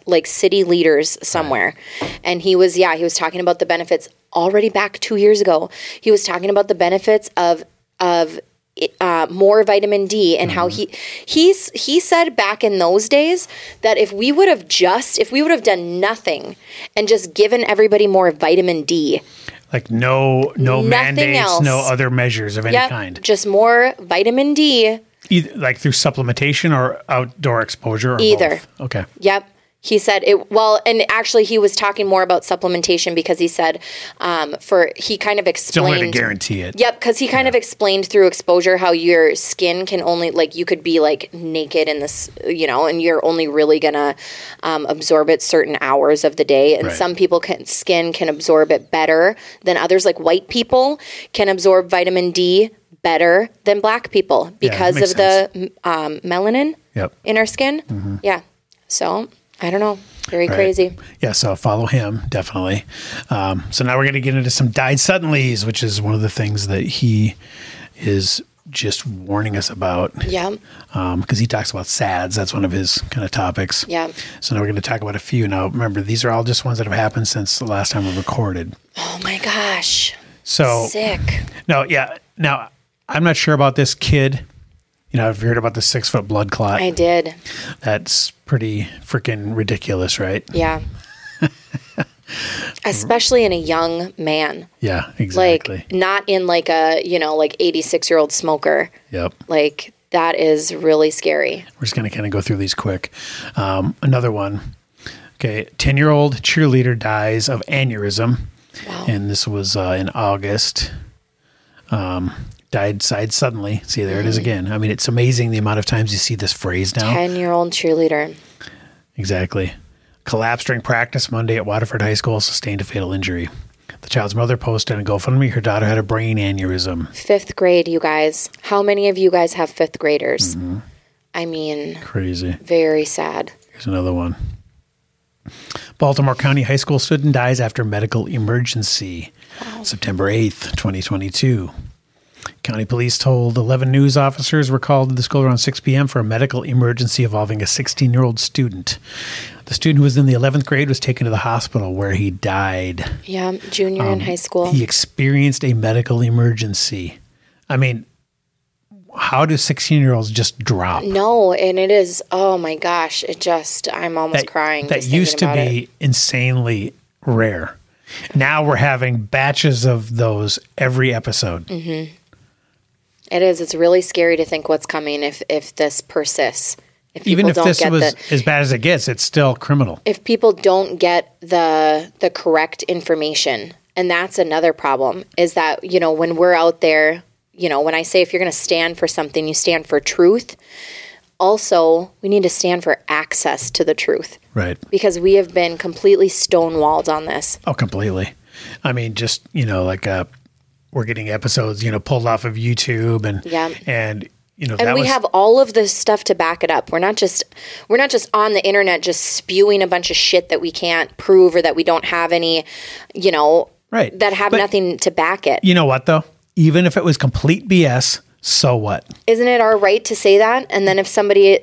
S1: like city leaders somewhere and he was yeah he was talking about the benefits already back 2 years ago he was talking about the benefits of of uh, more vitamin D and how
S2: Mm-hmm.
S1: he he's he said back in those days that if we would have just if we would have done nothing and just given everybody more vitamin D
S2: like no no
S1: Nothing
S2: mandates, no
S1: else.
S2: other measures of any
S1: Yep,
S2: kind,
S1: just more vitamin D
S2: either like through supplementation or outdoor exposure or
S1: Either.
S2: both. Okay.
S1: Yep. He said it well, and actually, he was talking more about supplementation because he said, um, for he kind of
S2: Don't
S1: explained.
S2: way to guarantee it.
S1: Yep, because he kind of explained through exposure how your skin can only like you could be like naked in this, you know, and you're only really gonna um, absorb it certain hours of the day, and
S2: Right.
S1: some people can skin can absorb it better than others. Like white people can absorb vitamin D better than black people because
S2: makes
S1: of the um, melanin
S2: Yep. Mm-hmm.
S1: in our skin. Yeah. So I don't know. Very
S2: Right.
S1: crazy.
S2: Yeah, so follow him definitely. Um, so now we're going to get into some died suddenlies, which is one of the things that he is just warning us about.
S1: Yeah.
S2: Um, because he talks about sads, that's one of his kind of topics.
S1: Yeah.
S2: So now we're going to talk about a few. Now remember, these are all just ones that have happened since the last time we recorded.
S1: Oh my gosh.
S2: So
S1: Sick.
S2: no, yeah. Now I'm not sure about this kid. You know, I've heard about the six foot blood clot.
S1: I did.
S2: That's pretty freaking ridiculous, right?
S1: Yeah. Especially in a young man.
S2: Yeah,
S1: Like
S2: exactly.
S1: not in like a, you know, like 86-year-old smoker.
S2: yep.
S1: Like that is really scary.
S2: We're just going to kind of go through these quick. Um, another one. Okay. 10 year old cheerleader dies of aneurysm. And this was uh, in August. Um, died side suddenly. See, there it is again. I mean, it's amazing the amount of times you see this phrase now.
S1: 10-year-old cheerleader.
S2: Exactly. Collapsed during practice Monday at Waterford High School, sustained a fatal injury. The child's mother posted on GoFundMe her daughter had a brain aneurysm.
S1: 5th grade, you guys. How many of you guys have 5th graders?
S2: Mm-hmm.
S1: I mean,
S2: Crazy.
S1: very sad.
S2: Here's another one. Baltimore County High School student dies after medical emergency. September 8th, 2022. County police told 11 news officers were called to the school around 6 p.m. for a medical emergency involving a 16 year old student. The student who was in the 11th grade was taken to the hospital where he died.
S1: Yeah, junior
S2: Um,
S1: in high school.
S2: He experienced a medical emergency. I mean, how do 16 year olds just drop?
S1: No, and it is. Oh my gosh, it just I'm almost crying.
S2: that
S1: just
S2: used
S1: thinking
S2: to
S1: about
S2: be insanely rare. Now we're having batches of those every episode.
S1: Mhm. it. it is. It's really scary to think what's coming if if this persists. If
S2: Even
S1: people
S2: if
S1: don't
S2: this
S1: get
S2: was
S1: the
S2: as bad as it gets, it's still criminal.
S1: if people don't get the the correct information, and that's another problem is that you know when we're out there, you know when I say if you're going to stand for something, you stand for truth. Also, we need to stand for access to the truth
S2: Right.
S1: because we have been completely stonewalled on this.
S2: Oh, completely. I mean, just, you know, like uh we're getting episodes, you know, pulled off of YouTube and
S1: Yeah.
S2: and you know,
S1: and
S2: that
S1: we
S2: was
S1: have all of this stuff to back it up we're not just we're not just on the internet just spewing a bunch of shit that we can't prove or that we don't have any you know
S2: Right.
S1: that have
S2: But-
S1: nothing to back it
S2: you know what though? Even if it was complete BS, so what?
S1: not it our right to say that and then if somebody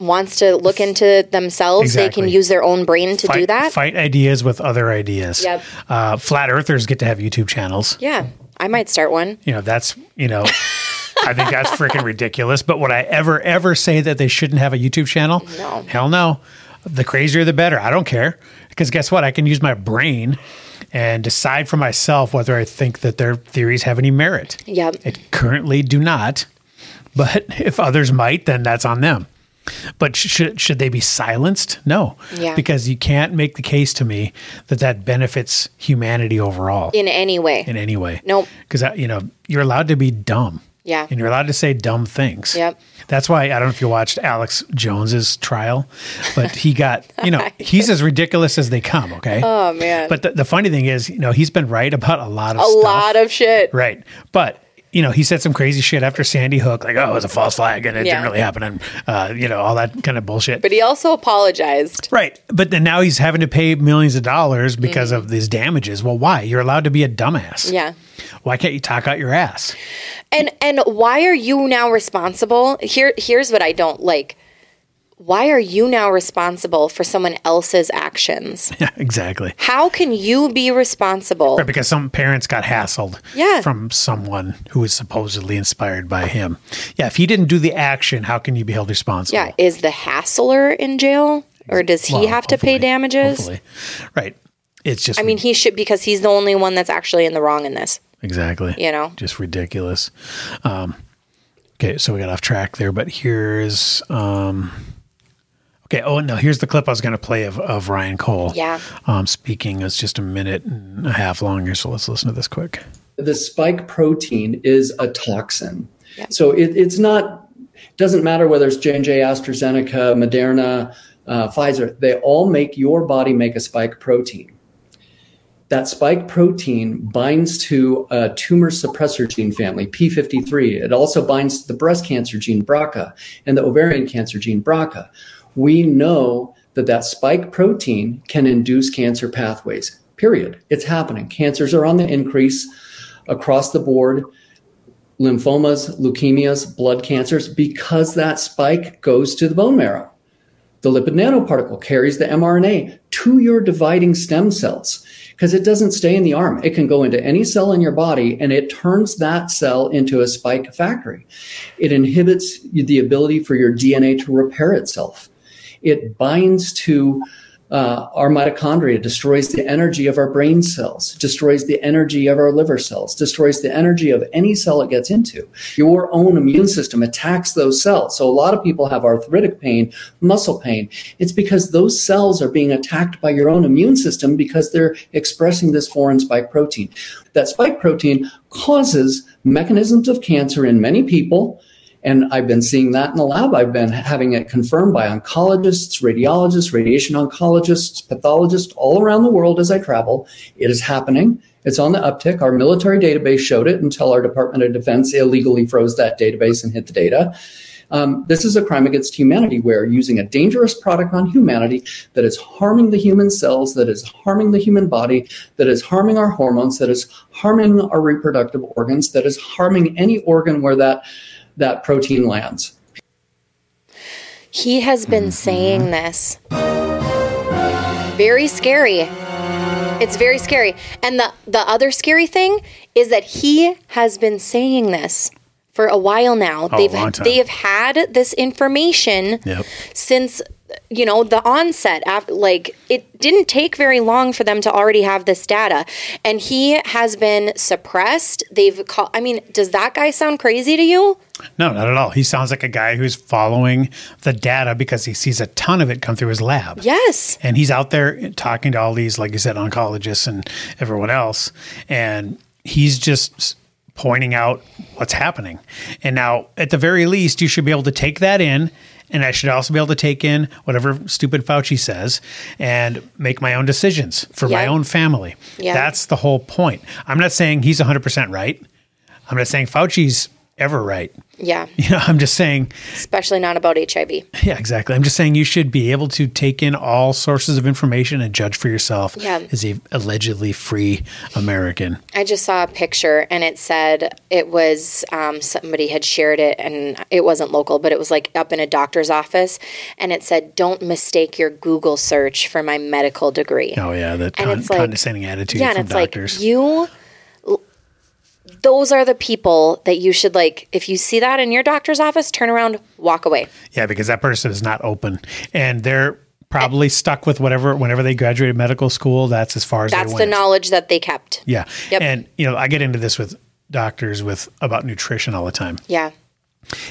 S1: wants to look into themselves they can
S2: Exactly.
S1: use their own brain to
S2: fight,
S1: do that
S2: Fight ideas with other ideas.
S1: Yep.
S2: Uh, flat earthers get to have YouTube channels.
S1: yeah i might start one
S2: You know, that's, you know, I think that's freaking ridiculous. But would I ever, ever say that they shouldn't have a YouTube channel?
S1: No.
S2: Hell no. The crazier, the better. I don't care. Because guess what? I can use my brain and decide for myself whether I think that their theories have any merit.
S1: Yep.
S2: It currently do not. But if others might, then that's on them. But sh- should should they be silenced? No,
S1: Yeah.
S2: because you can't make the case to me that that benefits humanity overall
S1: in any way
S2: in any way.
S1: Nope.
S2: because you know you're allowed to be dumb.
S1: Yeah.
S2: and you're allowed to say dumb things.
S1: Yep.
S2: That's why I don't know if you watched Alex Jones's trial, but he got you know he's as ridiculous as they come. Okay.
S1: oh man
S2: but the, the funny thing is, you know, he's been right about a lot of
S1: a
S2: stuff.
S1: lot of shit
S2: Right. But, you know, he said some crazy shit after Sandy Hook, like, oh, it was a false flag and it
S1: Yeah.
S2: didn't really happen and, uh, you know, all that kind of bullshit.
S1: but he also apologized
S2: right. But then now he's having to pay millions of dollars because
S1: Mm-hmm.
S2: of these damages. Well, why? You're allowed to be a dumbass.
S1: yeah
S2: Why can't you talk out your ass?
S1: And and why are you now responsible? Here here's what I don't like. Why are you now responsible for someone else's actions?
S2: Yeah, exactly.
S1: How can you be responsible?
S2: Right, because some parents got hassled
S1: Yeah.
S2: from someone who was supposedly inspired by him. Yeah, if he didn't do the action, how can you be held responsible?
S1: Yeah, is the hassler in jail or does he
S2: Well,
S1: have to pay
S2: hopefully-
S1: damages?
S2: Hopefully. Right. It's just
S1: I mean, he should because he's the only one that's actually in the wrong in this.
S2: Exactly.
S1: You know?
S2: just ridiculous. Um, okay, so we got off track there, but here's um, okay. Oh no, here's the clip I was going to play of, of Ryan Cole.
S1: Yeah.
S2: um, speaking. It's just a minute and a half longer, so let's listen to this quick.
S4: the spike protein is a toxin.
S1: Yeah.
S4: So it, it's not doesn't matter whether it's J and J, AstraZeneca, Moderna, uh, Pfizer. They all make your body make a spike protein. That spike protein binds to a tumor suppressor gene family, p53. It also binds to the breast cancer gene, BRCA, and the ovarian cancer gene, BRCA. We know that that spike protein can induce cancer pathways. Period. It's happening. Cancers are on the increase across the board lymphomas, leukemias, blood cancers because that spike goes to the bone marrow. The lipid nanoparticle carries the mRNA to your dividing stem cells because it doesn't stay in the arm. It can go into any cell in your body and it turns that cell into a spike factory. It inhibits the ability for your DNA to repair itself. It binds to uh, our mitochondria, destroys the energy of our brain cells, destroys the energy of our liver cells, destroys the energy of any cell it gets into. Your own immune system attacks those cells. So a lot of people have arthritic pain, muscle pain. It's because those cells are being attacked by your own immune system because they're expressing this foreign spike protein. That spike protein causes mechanisms of cancer in many people. And I've been seeing that in the lab. I've been having it confirmed by oncologists, radiologists, radiation oncologists, pathologists all around the world as I travel. It is happening. It's on the uptick. Our military database showed it until our Department of Defense illegally froze that database and hid the data. Um, this is a crime against humanity where using a dangerous product on humanity that is harming the human cells, that is harming the human body, that is harming our hormones, that is harming our reproductive organs, that is harming any organ where that that protein lands.
S1: He has
S2: Mm-hmm.
S1: been saying this. Very scary. It's very scary. And the, the other scary thing is that he has been saying this for a while now.
S2: Oh, a
S1: they've
S2: long time.
S1: they've had this information
S2: Yep.
S1: since you know the onset af like it didn't take very long for them to already have this data and he has been suppressed they've called i mean does that guy sound crazy to you
S2: No, not at all. He sounds like a guy who's following the data because he sees a ton of it come through his lab.
S1: yes
S2: and he's out there talking to all these like you said oncologists and everyone else and he's just pointing out what's happening and now at the very least you should be able to take that in and i should also be able to take in whatever stupid fauci says and make my own decisions for my
S1: Yeah.
S2: own family
S1: Yeah.
S2: that's the whole point i'm not saying he's 100% right i'm not saying fauci's ever right.
S1: Yeah.
S2: You know, I'm just saying,
S1: Especially not about HIV.
S2: yeah, exactly. I'm just saying you should be able to take in all sources of information and judge for yourself
S1: Yeah.
S2: as a allegedly free American.
S1: I just saw a picture and it said it was um, somebody had shared it and it wasn't local, but it was like up in a doctor's office and it said, Don't mistake your Google search for my medical degree.
S2: Oh yeah, the con-
S1: it's like-
S2: condescending attitude
S1: yeah, and
S2: from
S1: it's
S2: doctors.
S1: like you those are the people that you should like if you see that in your doctor's office, turn around, walk away.
S2: yeah, because that person is not open, and they're probably stuck with whatever. Whenever they graduated medical school, that's as far as
S1: That's
S2: they
S1: the
S2: went.
S1: knowledge that they kept.
S2: Yeah,
S1: Yep.
S2: and you know, I get into this with doctors with about nutrition all the time.
S1: Yeah.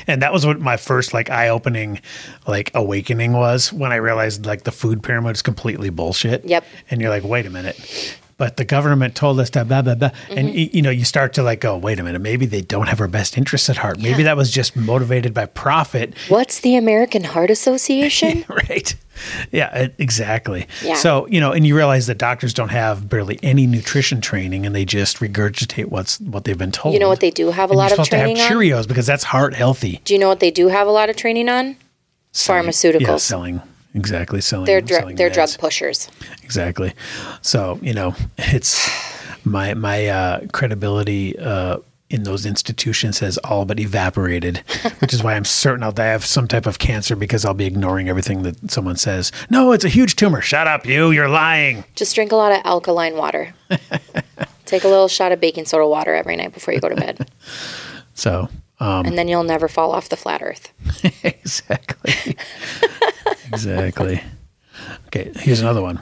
S2: and that was what my first like eye-opening like awakening was when i realized like the food pyramid is completely bullshit
S1: Yep.
S2: and you're like wait a minute but the government told us that blah blah blah and
S1: Mm-hmm.
S2: y- you know you start to like go wait a minute maybe they don't have our best interests at heart maybe that was just motivated by profit
S1: What's the American Heart Association?
S2: right yeah e- exactly
S1: Yeah.
S2: so you know and you realize that doctors don't have barely any nutrition training and they just regurgitate what's what they've been told
S1: you know what they do have a
S2: and you're
S1: lot of
S2: supposed to have
S1: training on?
S2: cheerios because that's heart healthy
S1: Do you know what they do have a lot of training on? Pharmaceuticals.
S2: Yeah, selling exactly selling.
S1: they're dr-
S2: selling
S1: they're drug
S2: meds.
S1: pushers.
S2: Exactly. So you know, it's my my uh, credibility uh, in those institutions has all but evaporated, which is why I'm certain I'll die of some type of cancer because I'll be ignoring everything that someone says. No, it's a huge tumor. Shut up, you. You're lying.
S1: Just drink a lot of alkaline water. Take a little shot of baking soda water every night before you go to bed,
S2: So Um,
S1: and then you'll never fall off the flat earth.
S2: exactly. exactly. Okay, here's another one.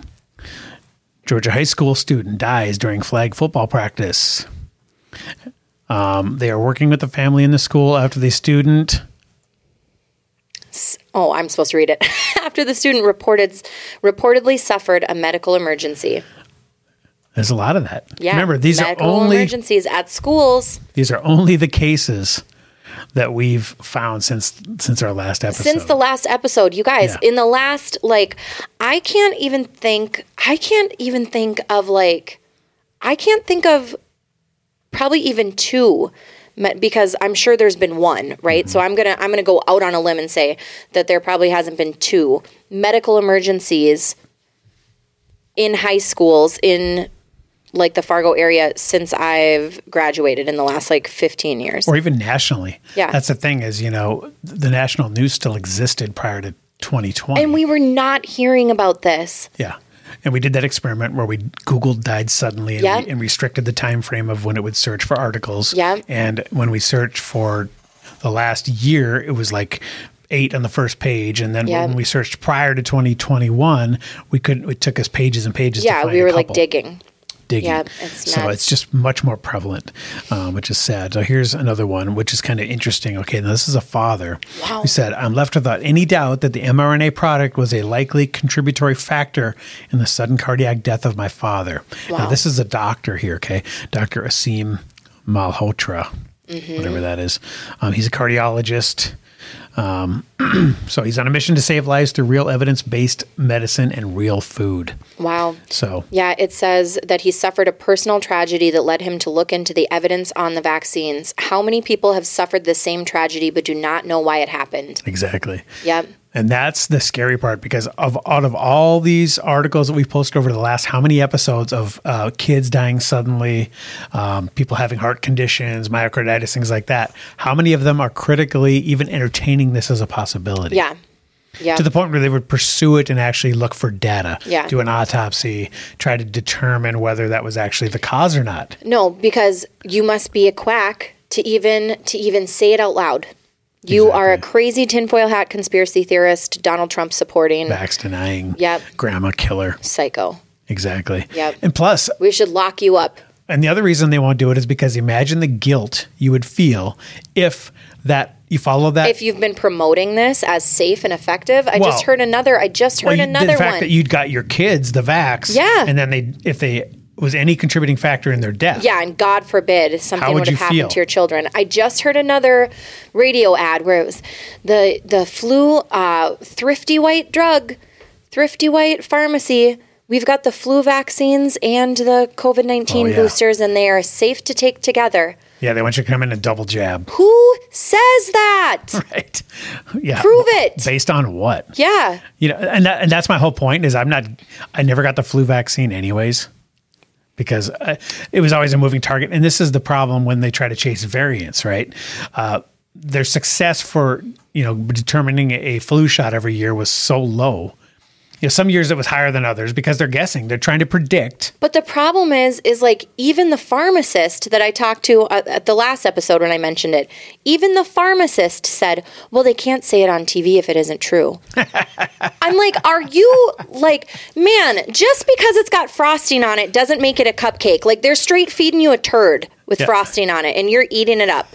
S2: Georgia high school student dies during flag football practice. Um, they are working with the family in the school after the student.
S1: Oh, I'm supposed to read it. After the student reported reportedly suffered a medical emergency.
S2: There's a lot of that.
S1: Yeah.
S2: Remember, these
S1: medical
S2: are only
S1: emergencies at schools
S2: these are only the cases that we've found since since our last episode.
S1: since the last episode. You guys,
S2: Yeah.
S1: in the last like I can't even think I can't even think of like I can't think of probably even two me- because I'm sure there's been one, right?
S2: Mm-hmm.
S1: So I'm going to I'm going to go out on a limb and say that there probably hasn't been two medical emergencies in high schools in like the Fargo area since I've graduated in the last like 15 years.
S2: or even nationally.
S1: Yeah.
S2: That's the thing is, you know, the national news still existed prior to 2020.
S1: and we were not hearing about this.
S2: Yeah. And we did that experiment where we Googled died suddenly and,
S1: Yep.
S2: we, and restricted the time frame of when it would search for articles.
S1: Yep.
S2: And when we searched for the last year, it was like eight on the first page. And then
S1: Yep.
S2: when we searched prior to 2021, we couldn't, it took us pages and pages. to
S1: Yeah,
S2: find
S1: we
S2: a
S1: were like
S2: couple
S1: digging.
S2: digging.
S1: Yeah, it's
S2: so
S1: nuts.
S2: it's just much more prevalent, um, which is sad. So here's another one, which is kind of interesting. Okay, now this is a father
S1: Wow.
S2: who said, "I'm left without any doubt that the mRNA product was a likely contributory factor in the sudden cardiac death of my father." Now
S1: Wow.
S2: this is a doctor here. Okay, Doctor Asim Malhotra,
S1: Mm-hmm.
S2: whatever that is. Um, he's a cardiologist. Um, so he's on a mission to save lives through real evidence-based medicine and real food.
S1: Wow.
S2: So
S1: Yeah, it says that he suffered a personal tragedy that led him to look into the evidence on the vaccines. How many people have suffered the same tragedy but do not know why it happened?
S2: exactly.
S1: Yep.
S2: And that's the scary part because of out of all these articles that we've posted over the last how many episodes of uh, kids dying suddenly, um, people having heart conditions, myocarditis, things like that. How many of them are critically even entertaining this as a possibility?
S1: Yeah. Yeah.
S2: To the point where they would pursue it and actually look for data,
S1: Yeah.
S2: do an autopsy, try to determine whether that was actually the cause or not.
S1: no, because you must be a quack to even to even say it out loud. You are a crazy tinfoil hat conspiracy theorist, Donald Trump supporting
S2: Backs denying,
S1: Yep.
S2: grandma killer,
S1: psycho.
S2: exactly.
S1: Yep.
S2: And plus,
S1: We should lock you up.
S2: And the other reason they won't do it is because imagine the guilt you would feel if that you follow that.
S1: If you've been promoting this as safe and effective, I
S2: Well-
S1: just heard another. I just heard
S2: Well, you-
S1: another
S2: the fact
S1: one.
S2: that you'd got your kids the vax,
S1: Yeah.
S2: and then they if they was any contributing factor in their death,
S1: Yeah, and God forbid
S2: How
S1: something
S2: would
S1: would
S2: you
S1: have happened
S2: feel?
S1: to your children. I just heard another radio ad where it was the the flu uh, thrifty white drug, thrifty white pharmacy. We've got the flu vaccines and the COVID nineteen
S2: Oh, yeah.
S1: boosters, and they are safe to take together.
S2: Yeah, they want you to come in and double jab.
S1: Who says that?
S2: Right. Yeah.
S1: Prove it.
S2: Based on what?
S1: Yeah.
S2: You know, and that, and that's my whole point is I'm not I never got the flu vaccine anyways because I, it was always a moving target and this is the problem when they try to chase variants, right? Uh, their success for, you know, determining a flu shot every year was so low. You know, some years it was higher than others because they're guessing. They're trying to predict.
S1: But the problem is, is like even the pharmacist that I talked to uh, at the last episode when I mentioned it, even the pharmacist said, well, they can't say it on TV if it isn't true. I'm like, are you like, man, just because it's got frosting on it doesn't make it a cupcake. Like they're straight feeding you a turd with
S2: Yeah.
S1: frosting on it and you're eating it up.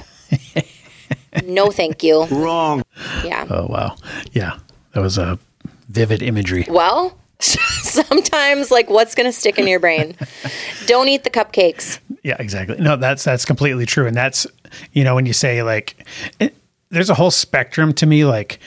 S1: no, thank you. Wrong. Yeah.
S2: Oh wow, yeah, that was a vivid imagery.
S1: Well, sometimes like what's going to stick in your brain? Don't eat the cupcakes.
S2: Yeah, exactly. No, that's that's completely true, and that's you know when you say like, it, there's a whole spectrum to me. Like,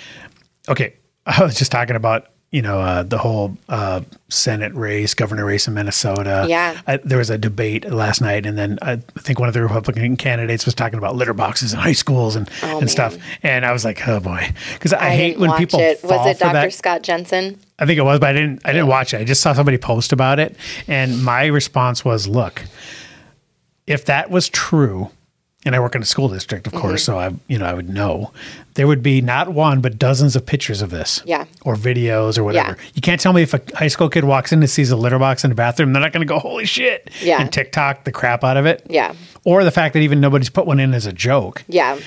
S2: okay, I was just talking about you know uh, the whole uh, Senate race, governor race in Minnesota.
S1: Yeah.
S2: I, there was a debate last night, and then I think one of the Republican candidates was talking about litter boxes in high schools and and
S1: Oh, man.
S2: stuff, and I was like, oh boy, because I,
S1: I
S2: hate
S1: didn't
S2: when
S1: watch
S2: people
S1: it.
S2: fall
S1: Was it
S2: for
S1: Dr.
S2: that.
S1: Scott Jensen?
S2: I think it was, but I didn't. I didn't watch it. I just saw somebody post about it, and my response was, "Look, if that was true, and I work in a school district, of course,
S1: Mm-hmm.
S2: so I, you know, I would know there would be not one but dozens of pictures of this,
S1: Yeah.
S2: or videos or whatever.
S1: Yeah.
S2: You can't tell me if a high school kid walks in and sees a litter box in the bathroom, they're not going to go, "Holy shit!"
S1: Yeah.
S2: and TikTok the crap out of it,
S1: Yeah.
S2: or the fact that even nobody's put one in as a joke
S1: Yeah.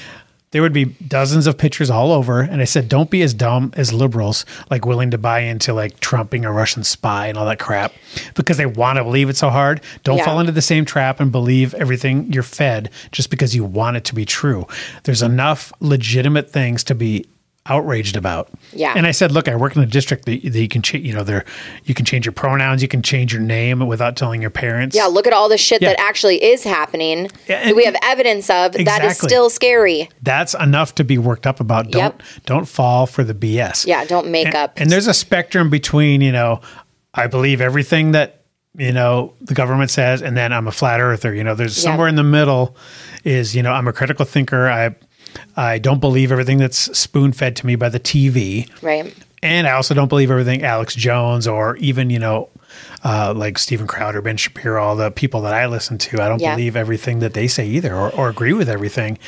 S2: there would be dozens of pictures all over and i said don't be as dumb as liberals like willing to buy into like trumping a russian spy and all that crap because they want to believe it so hard don't
S1: Yeah.
S2: fall into the same trap and believe everything you're fed just because you want it to be true there's enough legitimate things to be outraged about
S1: Yeah.
S2: and i said look i work in a district that, that you can change you know there you can change your pronouns you can change your name without telling your parents
S1: Yeah. Look at all the shit
S2: Yeah.
S1: that actually is happening
S2: Yeah,
S1: that we
S2: and-
S1: have evidence of that is
S2: Exactly.
S1: still scary.
S2: that's enough to be worked up about. Don't
S1: Yep.
S2: don't fall for the BS.
S1: Yeah, don't make
S2: And-
S1: up.
S2: And there's a spectrum between you know, I believe everything that you know the government says, and then I'm a flat earther. You know, there's
S1: Yeah.
S2: somewhere in the middle is you know I'm a critical thinker. I I don't believe everything that's spoon fed to me by the TV,
S1: Right.
S2: and I also don't believe everything Alex Jones or even you know. Uh, like Stephen Crowder, Ben Shapiro, all the people that I listen to, I don't
S1: Yeah.
S2: believe everything that they say either, or, or agree with everything,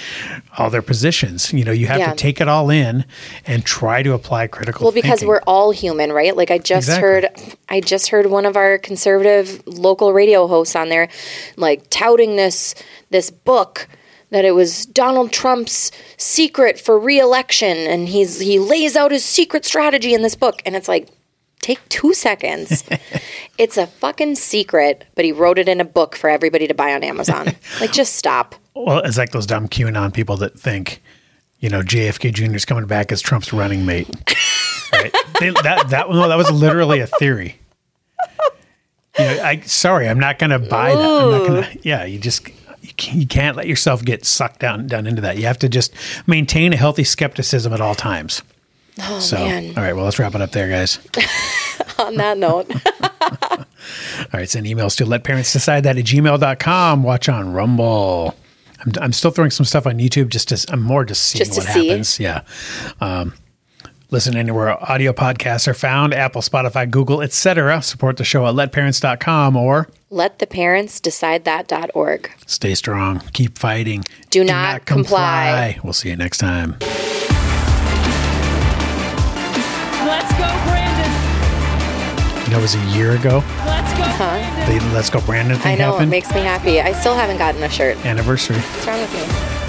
S2: all their positions. You know, you have
S1: Yeah.
S2: to take it all in and try to apply critical.
S1: Well, because
S2: thinking.
S1: we're all human, right? Like I just
S2: Exactly.
S1: heard, I just heard one of our conservative local radio hosts on there, like touting this this book that it was Donald Trump's secret for reelection, and he's he lays out his secret strategy in this book, and it's like, take two seconds. it's a fucking secret, but he wrote it in a book for everybody to buy on Amazon. like, just stop.
S2: Well, it's like those dumb QAnon people that think, you know, JFK Jr. is coming back as Trump's running mate. right? They, that that no, that was literally a theory. You know, I sorry, I'm not going to buy that. I'm not gonna, yeah, you just you can't, you can't let yourself get sucked down down into that. You have to just maintain a healthy skepticism at all times. Oh, so,
S1: man.
S2: all right, well, let's wrap it up there, guys.
S1: On that note,
S2: All right, send emails to letparentsdecide that at gmail.com. Watch on Rumble. I'm, I'm still throwing some stuff on YouTube just to, I'm more just seeing
S1: Just to
S2: what
S1: see.
S2: happens. Yeah. Um, listen anywhere audio podcasts are found Apple, Spotify, Google, etc. Support the show at letparents.com or
S1: let the parents decide that.org.
S2: stay strong, keep fighting,
S1: Do not comply.
S2: We'll see you next time.
S5: Let's go, Brandon.
S2: You know, it was a year ago.
S5: Let's go,
S1: Uh-huh.
S5: Brandon.
S2: The Let's Go Brandon thing
S1: I know, it
S2: happened.
S1: makes me happy. I still haven't gotten a shirt.
S2: Anniversary.
S1: What's wrong with me?